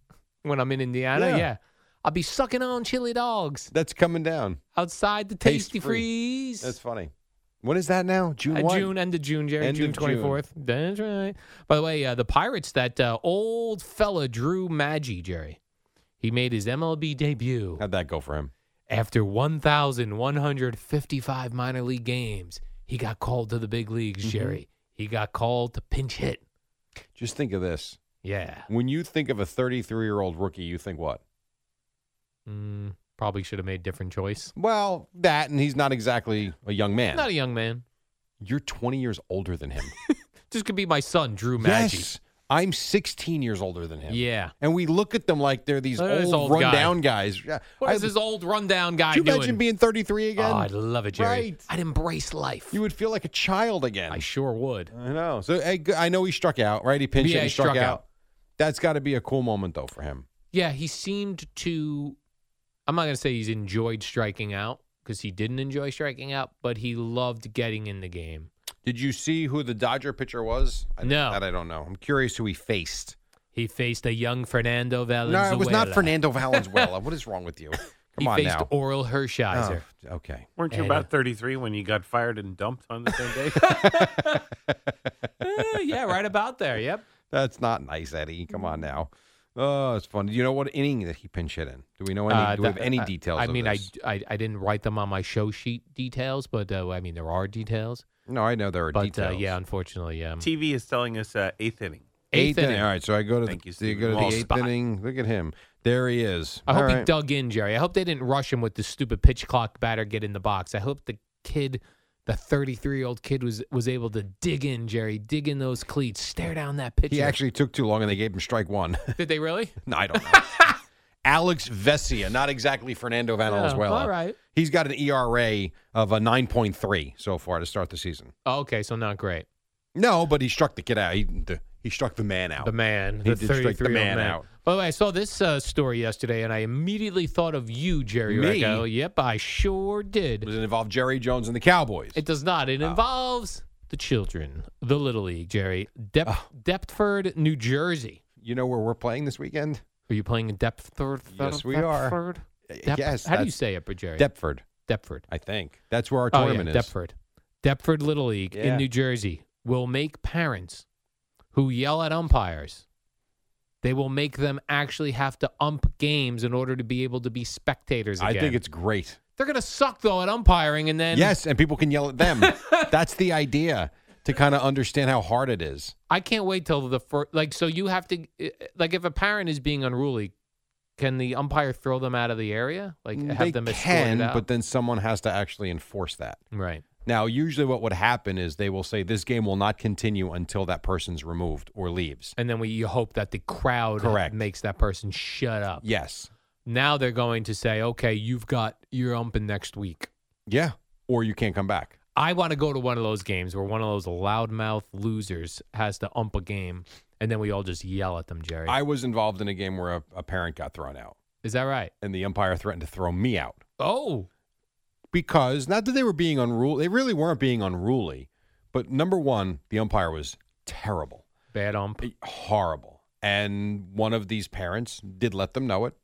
[SPEAKER 3] When I'm in Indiana,
[SPEAKER 4] Yeah.
[SPEAKER 3] yeah. I'll be sucking on chili dogs
[SPEAKER 4] That's coming down.
[SPEAKER 3] outside the
[SPEAKER 4] Taste
[SPEAKER 3] Tasty
[SPEAKER 4] free.
[SPEAKER 3] Freeze.
[SPEAKER 4] That's funny. When is that now? June
[SPEAKER 3] Uh,
[SPEAKER 4] what?
[SPEAKER 3] June, end of June, Jerry.
[SPEAKER 4] End
[SPEAKER 3] June
[SPEAKER 4] of June.
[SPEAKER 3] 24th. That's right. By the way, uh, the Pirates, that uh, old fella, Drew Maggi, Jerry, he made his MLB debut.
[SPEAKER 4] How'd that go for him?
[SPEAKER 3] After 1,155 minor league games, he got called to the big leagues,
[SPEAKER 4] Mm-hmm.
[SPEAKER 3] Jerry. He got called to pinch hit.
[SPEAKER 4] Just think of this.
[SPEAKER 3] Yeah.
[SPEAKER 4] When you think of a 33 year old rookie, you think what?
[SPEAKER 3] Mm, probably should have made different choice.
[SPEAKER 4] Well, that, and he's not exactly a young man.
[SPEAKER 3] Not e- a young man.
[SPEAKER 4] You're 20 years older than him.
[SPEAKER 3] This could be my son, Drew Maggi.
[SPEAKER 4] Yes. I'm 16 years older than him.
[SPEAKER 3] Yeah.
[SPEAKER 4] And we look at them like they're these
[SPEAKER 3] Look at this
[SPEAKER 4] old,
[SPEAKER 3] old guy.
[SPEAKER 4] rundown guys. Yeah.
[SPEAKER 3] What
[SPEAKER 4] I-
[SPEAKER 3] is this old rundown guy
[SPEAKER 4] Could you
[SPEAKER 3] doing?
[SPEAKER 4] imagine being 33
[SPEAKER 3] oh,
[SPEAKER 4] again?
[SPEAKER 3] I'd love it, Jerry.
[SPEAKER 4] Right.
[SPEAKER 3] I'd embrace life.
[SPEAKER 4] you would feel like a child again.
[SPEAKER 3] I sure would.
[SPEAKER 4] I know. So hey, g- I know he struck out, right? He pinched
[SPEAKER 3] Yeah,
[SPEAKER 4] it
[SPEAKER 3] he
[SPEAKER 4] and struck,
[SPEAKER 3] struck
[SPEAKER 4] out.
[SPEAKER 3] out.
[SPEAKER 4] That's got to be a cool moment though for him.
[SPEAKER 3] Yeah, he seemed to. I'm not going to say he's enjoyed striking out because he didn't enjoy striking out, but he loved getting in the game.
[SPEAKER 4] Did you see who the Dodger pitcher was? I,
[SPEAKER 3] No.
[SPEAKER 4] that I don't know. I'm curious who he faced.
[SPEAKER 3] He faced a young Fernando Valenzuela.
[SPEAKER 4] No, it was not Fernando Valenzuela. what is wrong with you?
[SPEAKER 3] He
[SPEAKER 4] Come on
[SPEAKER 3] faced
[SPEAKER 4] now.
[SPEAKER 3] Oral Hershiser.
[SPEAKER 4] Oh, okay.
[SPEAKER 10] Weren't you
[SPEAKER 3] And, uh,
[SPEAKER 10] about 33 when you got fired and dumped on the same day?
[SPEAKER 3] Eh, yeah, right about there. Yep.
[SPEAKER 4] That's not nice, Eddie. Come on now. Oh, it's funny. Do you know what inning that he pinch hit in? Do we know any?
[SPEAKER 3] Uh,
[SPEAKER 4] do we have
[SPEAKER 3] th-
[SPEAKER 4] any
[SPEAKER 3] I-
[SPEAKER 4] details?
[SPEAKER 3] I
[SPEAKER 4] of
[SPEAKER 3] mean, I,
[SPEAKER 4] this?
[SPEAKER 3] I I didn't write them on my show sheet details, but uh, I mean there are details.
[SPEAKER 4] no, I know there are
[SPEAKER 3] but uh,
[SPEAKER 4] details.
[SPEAKER 3] yeah, unfortunately, um,
[SPEAKER 10] TV is telling us uh, eighth inning.
[SPEAKER 4] eighth,
[SPEAKER 3] eighth
[SPEAKER 4] inning.
[SPEAKER 3] inning.
[SPEAKER 4] All right, so I go to
[SPEAKER 10] Thank you,
[SPEAKER 4] the, you
[SPEAKER 10] Stephen.
[SPEAKER 4] go to the
[SPEAKER 10] Well
[SPEAKER 4] eighth
[SPEAKER 10] spot.
[SPEAKER 4] inning. Look at him. There he is.
[SPEAKER 3] I hope
[SPEAKER 4] All
[SPEAKER 3] he
[SPEAKER 4] right.
[SPEAKER 3] dug in, Jerry. I hope they didn't rush him with the stupid pitch clock batter get in the box. I hope the kid, the 33 year old kid, was was able to dig in, Jerry, dig in those cleats, stare down that pitcher.
[SPEAKER 4] He actually took too long, and they gave him strike one.
[SPEAKER 3] did. They really?
[SPEAKER 4] No, I don't know. Alex Vesia, not exactly Fernando Valenzuela.
[SPEAKER 3] Oh, all right.
[SPEAKER 4] He's got an ERA of a 9.3 so far to start the season.
[SPEAKER 3] Oh, okay, so not great.
[SPEAKER 4] No, but he struck the kid out. He, the, he struck the man out.
[SPEAKER 3] The man,
[SPEAKER 4] Oh. He
[SPEAKER 3] the
[SPEAKER 4] did strike the
[SPEAKER 3] 33 year old
[SPEAKER 4] man
[SPEAKER 3] man,
[SPEAKER 4] out.
[SPEAKER 3] By the way, I saw this uh, story yesterday, and I immediately thought of you, Jerry.
[SPEAKER 4] Me?
[SPEAKER 3] Recco. Yep, I sure did.
[SPEAKER 4] Does it involve Jerry Jones and the Cowboys?
[SPEAKER 3] It does not.
[SPEAKER 4] Oh.
[SPEAKER 3] It involves the children, the Little League, Jerry. Dep-
[SPEAKER 4] Oh.
[SPEAKER 3] Deptford, New Jersey.
[SPEAKER 4] you know where we're playing this weekend?
[SPEAKER 3] Are you playing in Deptford?
[SPEAKER 4] Yes, we are.
[SPEAKER 3] Deptford?
[SPEAKER 4] Y-
[SPEAKER 3] Dep-
[SPEAKER 4] yes,
[SPEAKER 3] How do you
[SPEAKER 4] that's-
[SPEAKER 3] say it, Jerry?
[SPEAKER 4] Deptford,
[SPEAKER 3] Deptford.
[SPEAKER 4] I think. That's where our
[SPEAKER 3] Oh, yeah,
[SPEAKER 4] tournament is.
[SPEAKER 3] Deptford. Deptford Little League
[SPEAKER 4] Yeah.
[SPEAKER 3] in New Jersey will make parents who yell at umpires. They will make them actually have to ump games in order to be able to be spectators.
[SPEAKER 4] I
[SPEAKER 3] Again.
[SPEAKER 4] think it's great.
[SPEAKER 3] they're going to suck though at umpiring, and then
[SPEAKER 4] yes, and people can yell at them. That's the idea to kind of understand how hard it is.
[SPEAKER 3] I can't wait till the first. Like, so you have to, eh, like, if a parent is being unruly, can the umpire throw them out of the area? Like, have
[SPEAKER 4] Mm, they
[SPEAKER 3] them escorted
[SPEAKER 4] can,
[SPEAKER 3] out?
[SPEAKER 4] but then someone has to actually enforce that.
[SPEAKER 3] right.
[SPEAKER 4] Now, usually what would happen is they will say this game will not continue until that person's removed or leaves.
[SPEAKER 3] And then we you hope that the crowd
[SPEAKER 4] Correct.
[SPEAKER 3] makes that person shut up.
[SPEAKER 4] Yes.
[SPEAKER 3] Now they're going to say, okay, you've got your umping next week.
[SPEAKER 4] Yeah. Or you can't come back.
[SPEAKER 3] I want to go to one of those games where one of those loudmouth losers has to ump a game, and then we all just yell at them, Jerry.
[SPEAKER 4] I was involved in a game where a, a parent got thrown out
[SPEAKER 3] Is that right?
[SPEAKER 4] and the umpire threatened to throw me out
[SPEAKER 3] Oh,
[SPEAKER 4] because not that they were being unruly, they really weren't being unruly, but number one, the umpire was terrible.
[SPEAKER 3] bad ump.
[SPEAKER 4] horrible. And one of these parents did let them know it.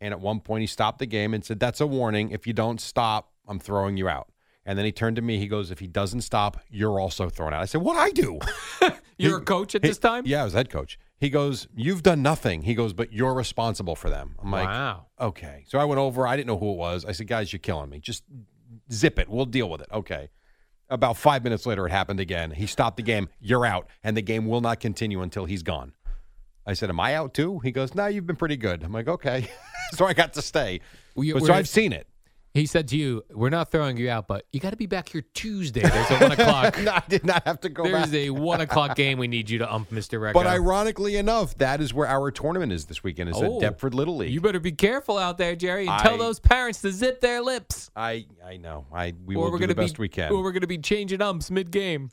[SPEAKER 4] And at one point, he stopped the game and said, That's a warning. If you don't stop, I'm throwing you out. And then he turned to me. He goes, If he doesn't stop, you're also thrown out. I said, What I do?
[SPEAKER 3] You're a coach at
[SPEAKER 4] He-
[SPEAKER 3] this time?
[SPEAKER 4] Yeah, I was head coach. He goes, You've done nothing. He goes, But you're responsible for them. I'm like,
[SPEAKER 3] wow.
[SPEAKER 4] Okay. So I went over. I didn't know who it was. I said, Guys, you're killing me. Just zip it. We'll deal with it. Okay. About five minutes later, it happened again. He stopped the game. You're out. And the game will not continue until he's gone. I said, Am I out too? He goes, No, you've been pretty good. I'm like, Okay. so I got to stay.
[SPEAKER 3] We-
[SPEAKER 4] But
[SPEAKER 3] we're-
[SPEAKER 4] so I've seen it.
[SPEAKER 3] He said to you, "We're not throwing you out, but you got to be back here Tuesday. There's a one o'clock.
[SPEAKER 4] no, I did not have to go
[SPEAKER 3] There's
[SPEAKER 4] back.
[SPEAKER 3] a one o'clock game. We need you to ump, Mister Recco.
[SPEAKER 4] But ironically enough, that is where our tournament is this weekend. Is
[SPEAKER 3] Oh.
[SPEAKER 4] at Deptford Little League.
[SPEAKER 3] you better be careful out there, Jerry, and tell
[SPEAKER 4] I-
[SPEAKER 3] those parents to zip their lips,
[SPEAKER 4] I I know. I we
[SPEAKER 3] or
[SPEAKER 4] will
[SPEAKER 3] we're
[SPEAKER 4] do
[SPEAKER 3] going
[SPEAKER 4] the
[SPEAKER 3] to
[SPEAKER 4] best
[SPEAKER 3] be
[SPEAKER 4] we can.
[SPEAKER 3] or we're going to be changing umps mid game.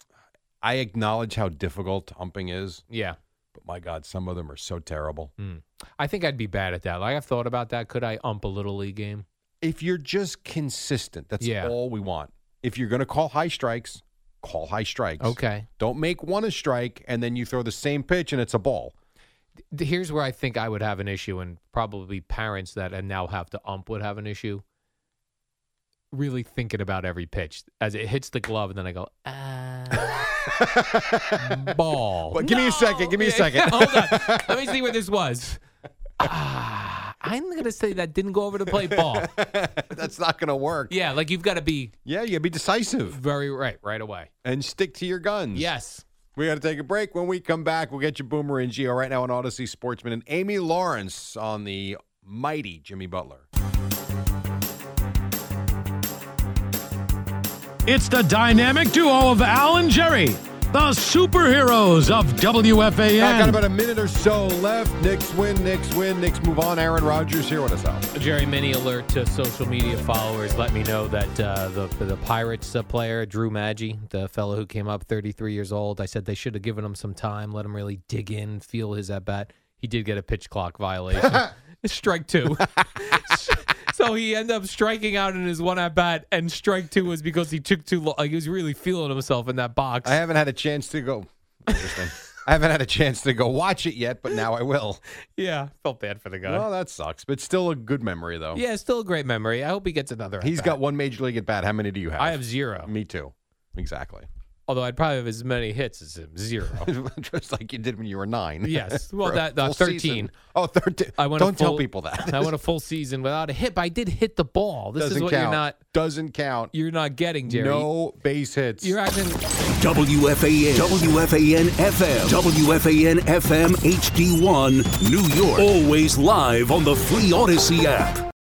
[SPEAKER 4] I acknowledge how difficult umping is.
[SPEAKER 3] Yeah.
[SPEAKER 4] But my God, some of them are so terrible.
[SPEAKER 3] Mm. I think I'd be bad at that. Like I've thought about that. Could I ump a little league game?
[SPEAKER 4] If you're just consistent, that's
[SPEAKER 3] Yeah.
[SPEAKER 4] all we want. If you're going to call high strikes, call high strikes.
[SPEAKER 3] Okay.
[SPEAKER 4] Don't make one a strike and then you throw the same pitch and it's a ball.
[SPEAKER 3] Th- Here's where I think I would have an issue, and probably parents that and now have to ump would have an issue. Really thinking about every pitch as it hits the glove, and then I go, ah, ball.
[SPEAKER 4] But give me a second. Give me a second.
[SPEAKER 3] Hold on. Let me see what this was. Ah, I'm going to say that didn't go over the plate ball.
[SPEAKER 4] That's not going to work.
[SPEAKER 3] Yeah, like you've got to be
[SPEAKER 4] Yeah, you got to be decisive
[SPEAKER 3] very right right away.
[SPEAKER 4] and stick to your guns.
[SPEAKER 3] Yes.
[SPEAKER 4] We got to take a break. When we come back, we'll get you Boomer and Geo right now on Odyssey Sportsman and Amy Lawrence on the mighty Jimmy Butler.
[SPEAKER 11] It's the dynamic duo of Al and Jerry, the superheroes of WFAN.
[SPEAKER 4] I got about a minute or so left. Knicks win, Knicks win, Knicks move on. Aaron Rodgers here with us out.
[SPEAKER 3] Jerry Mini alert to social media followers. Let me know that uh, the the Pirates uh, player Drew Maggi, the fellow who came up 33 years old, I said they should have given him some time, let him really dig in, feel his at bat. He did get a pitch clock violation, strike two. so he ended up striking out in his one at bat, and strike two was because he took too long. Like he was really feeling himself in that box.
[SPEAKER 4] I haven't had a chance to go. Interesting. I haven't had a chance to go watch it yet, but now I will.
[SPEAKER 3] yeah, felt bad for the guy.
[SPEAKER 4] Well, that sucks, but still a good memory though.
[SPEAKER 3] yeah, still a great memory. I hope he gets another.
[SPEAKER 4] He's
[SPEAKER 3] at-bat.
[SPEAKER 4] got one major league at bat. How many do you have?
[SPEAKER 3] I have zero.
[SPEAKER 4] Me too. Exactly.
[SPEAKER 3] Although I'd probably have as many hits as him. Zero.
[SPEAKER 4] Just like you did when you were nine.
[SPEAKER 3] Yes.
[SPEAKER 4] For
[SPEAKER 3] Well,
[SPEAKER 4] a
[SPEAKER 3] that uh,
[SPEAKER 4] full
[SPEAKER 3] thirteen.
[SPEAKER 4] season. Oh, 13.
[SPEAKER 3] I went. a
[SPEAKER 4] Don't tell
[SPEAKER 3] full-
[SPEAKER 4] people that.
[SPEAKER 3] I went a full season without a hit. But I did hit the ball. This
[SPEAKER 4] Doesn't
[SPEAKER 3] is what
[SPEAKER 4] count.
[SPEAKER 3] you're not.
[SPEAKER 4] Doesn't count.
[SPEAKER 3] You're not getting, Jerry.
[SPEAKER 4] No base hits.
[SPEAKER 3] You're acting.
[SPEAKER 6] WFAN, WFAN FM, WFAN FM HD1, New York. Always live on the Free Odyssey app.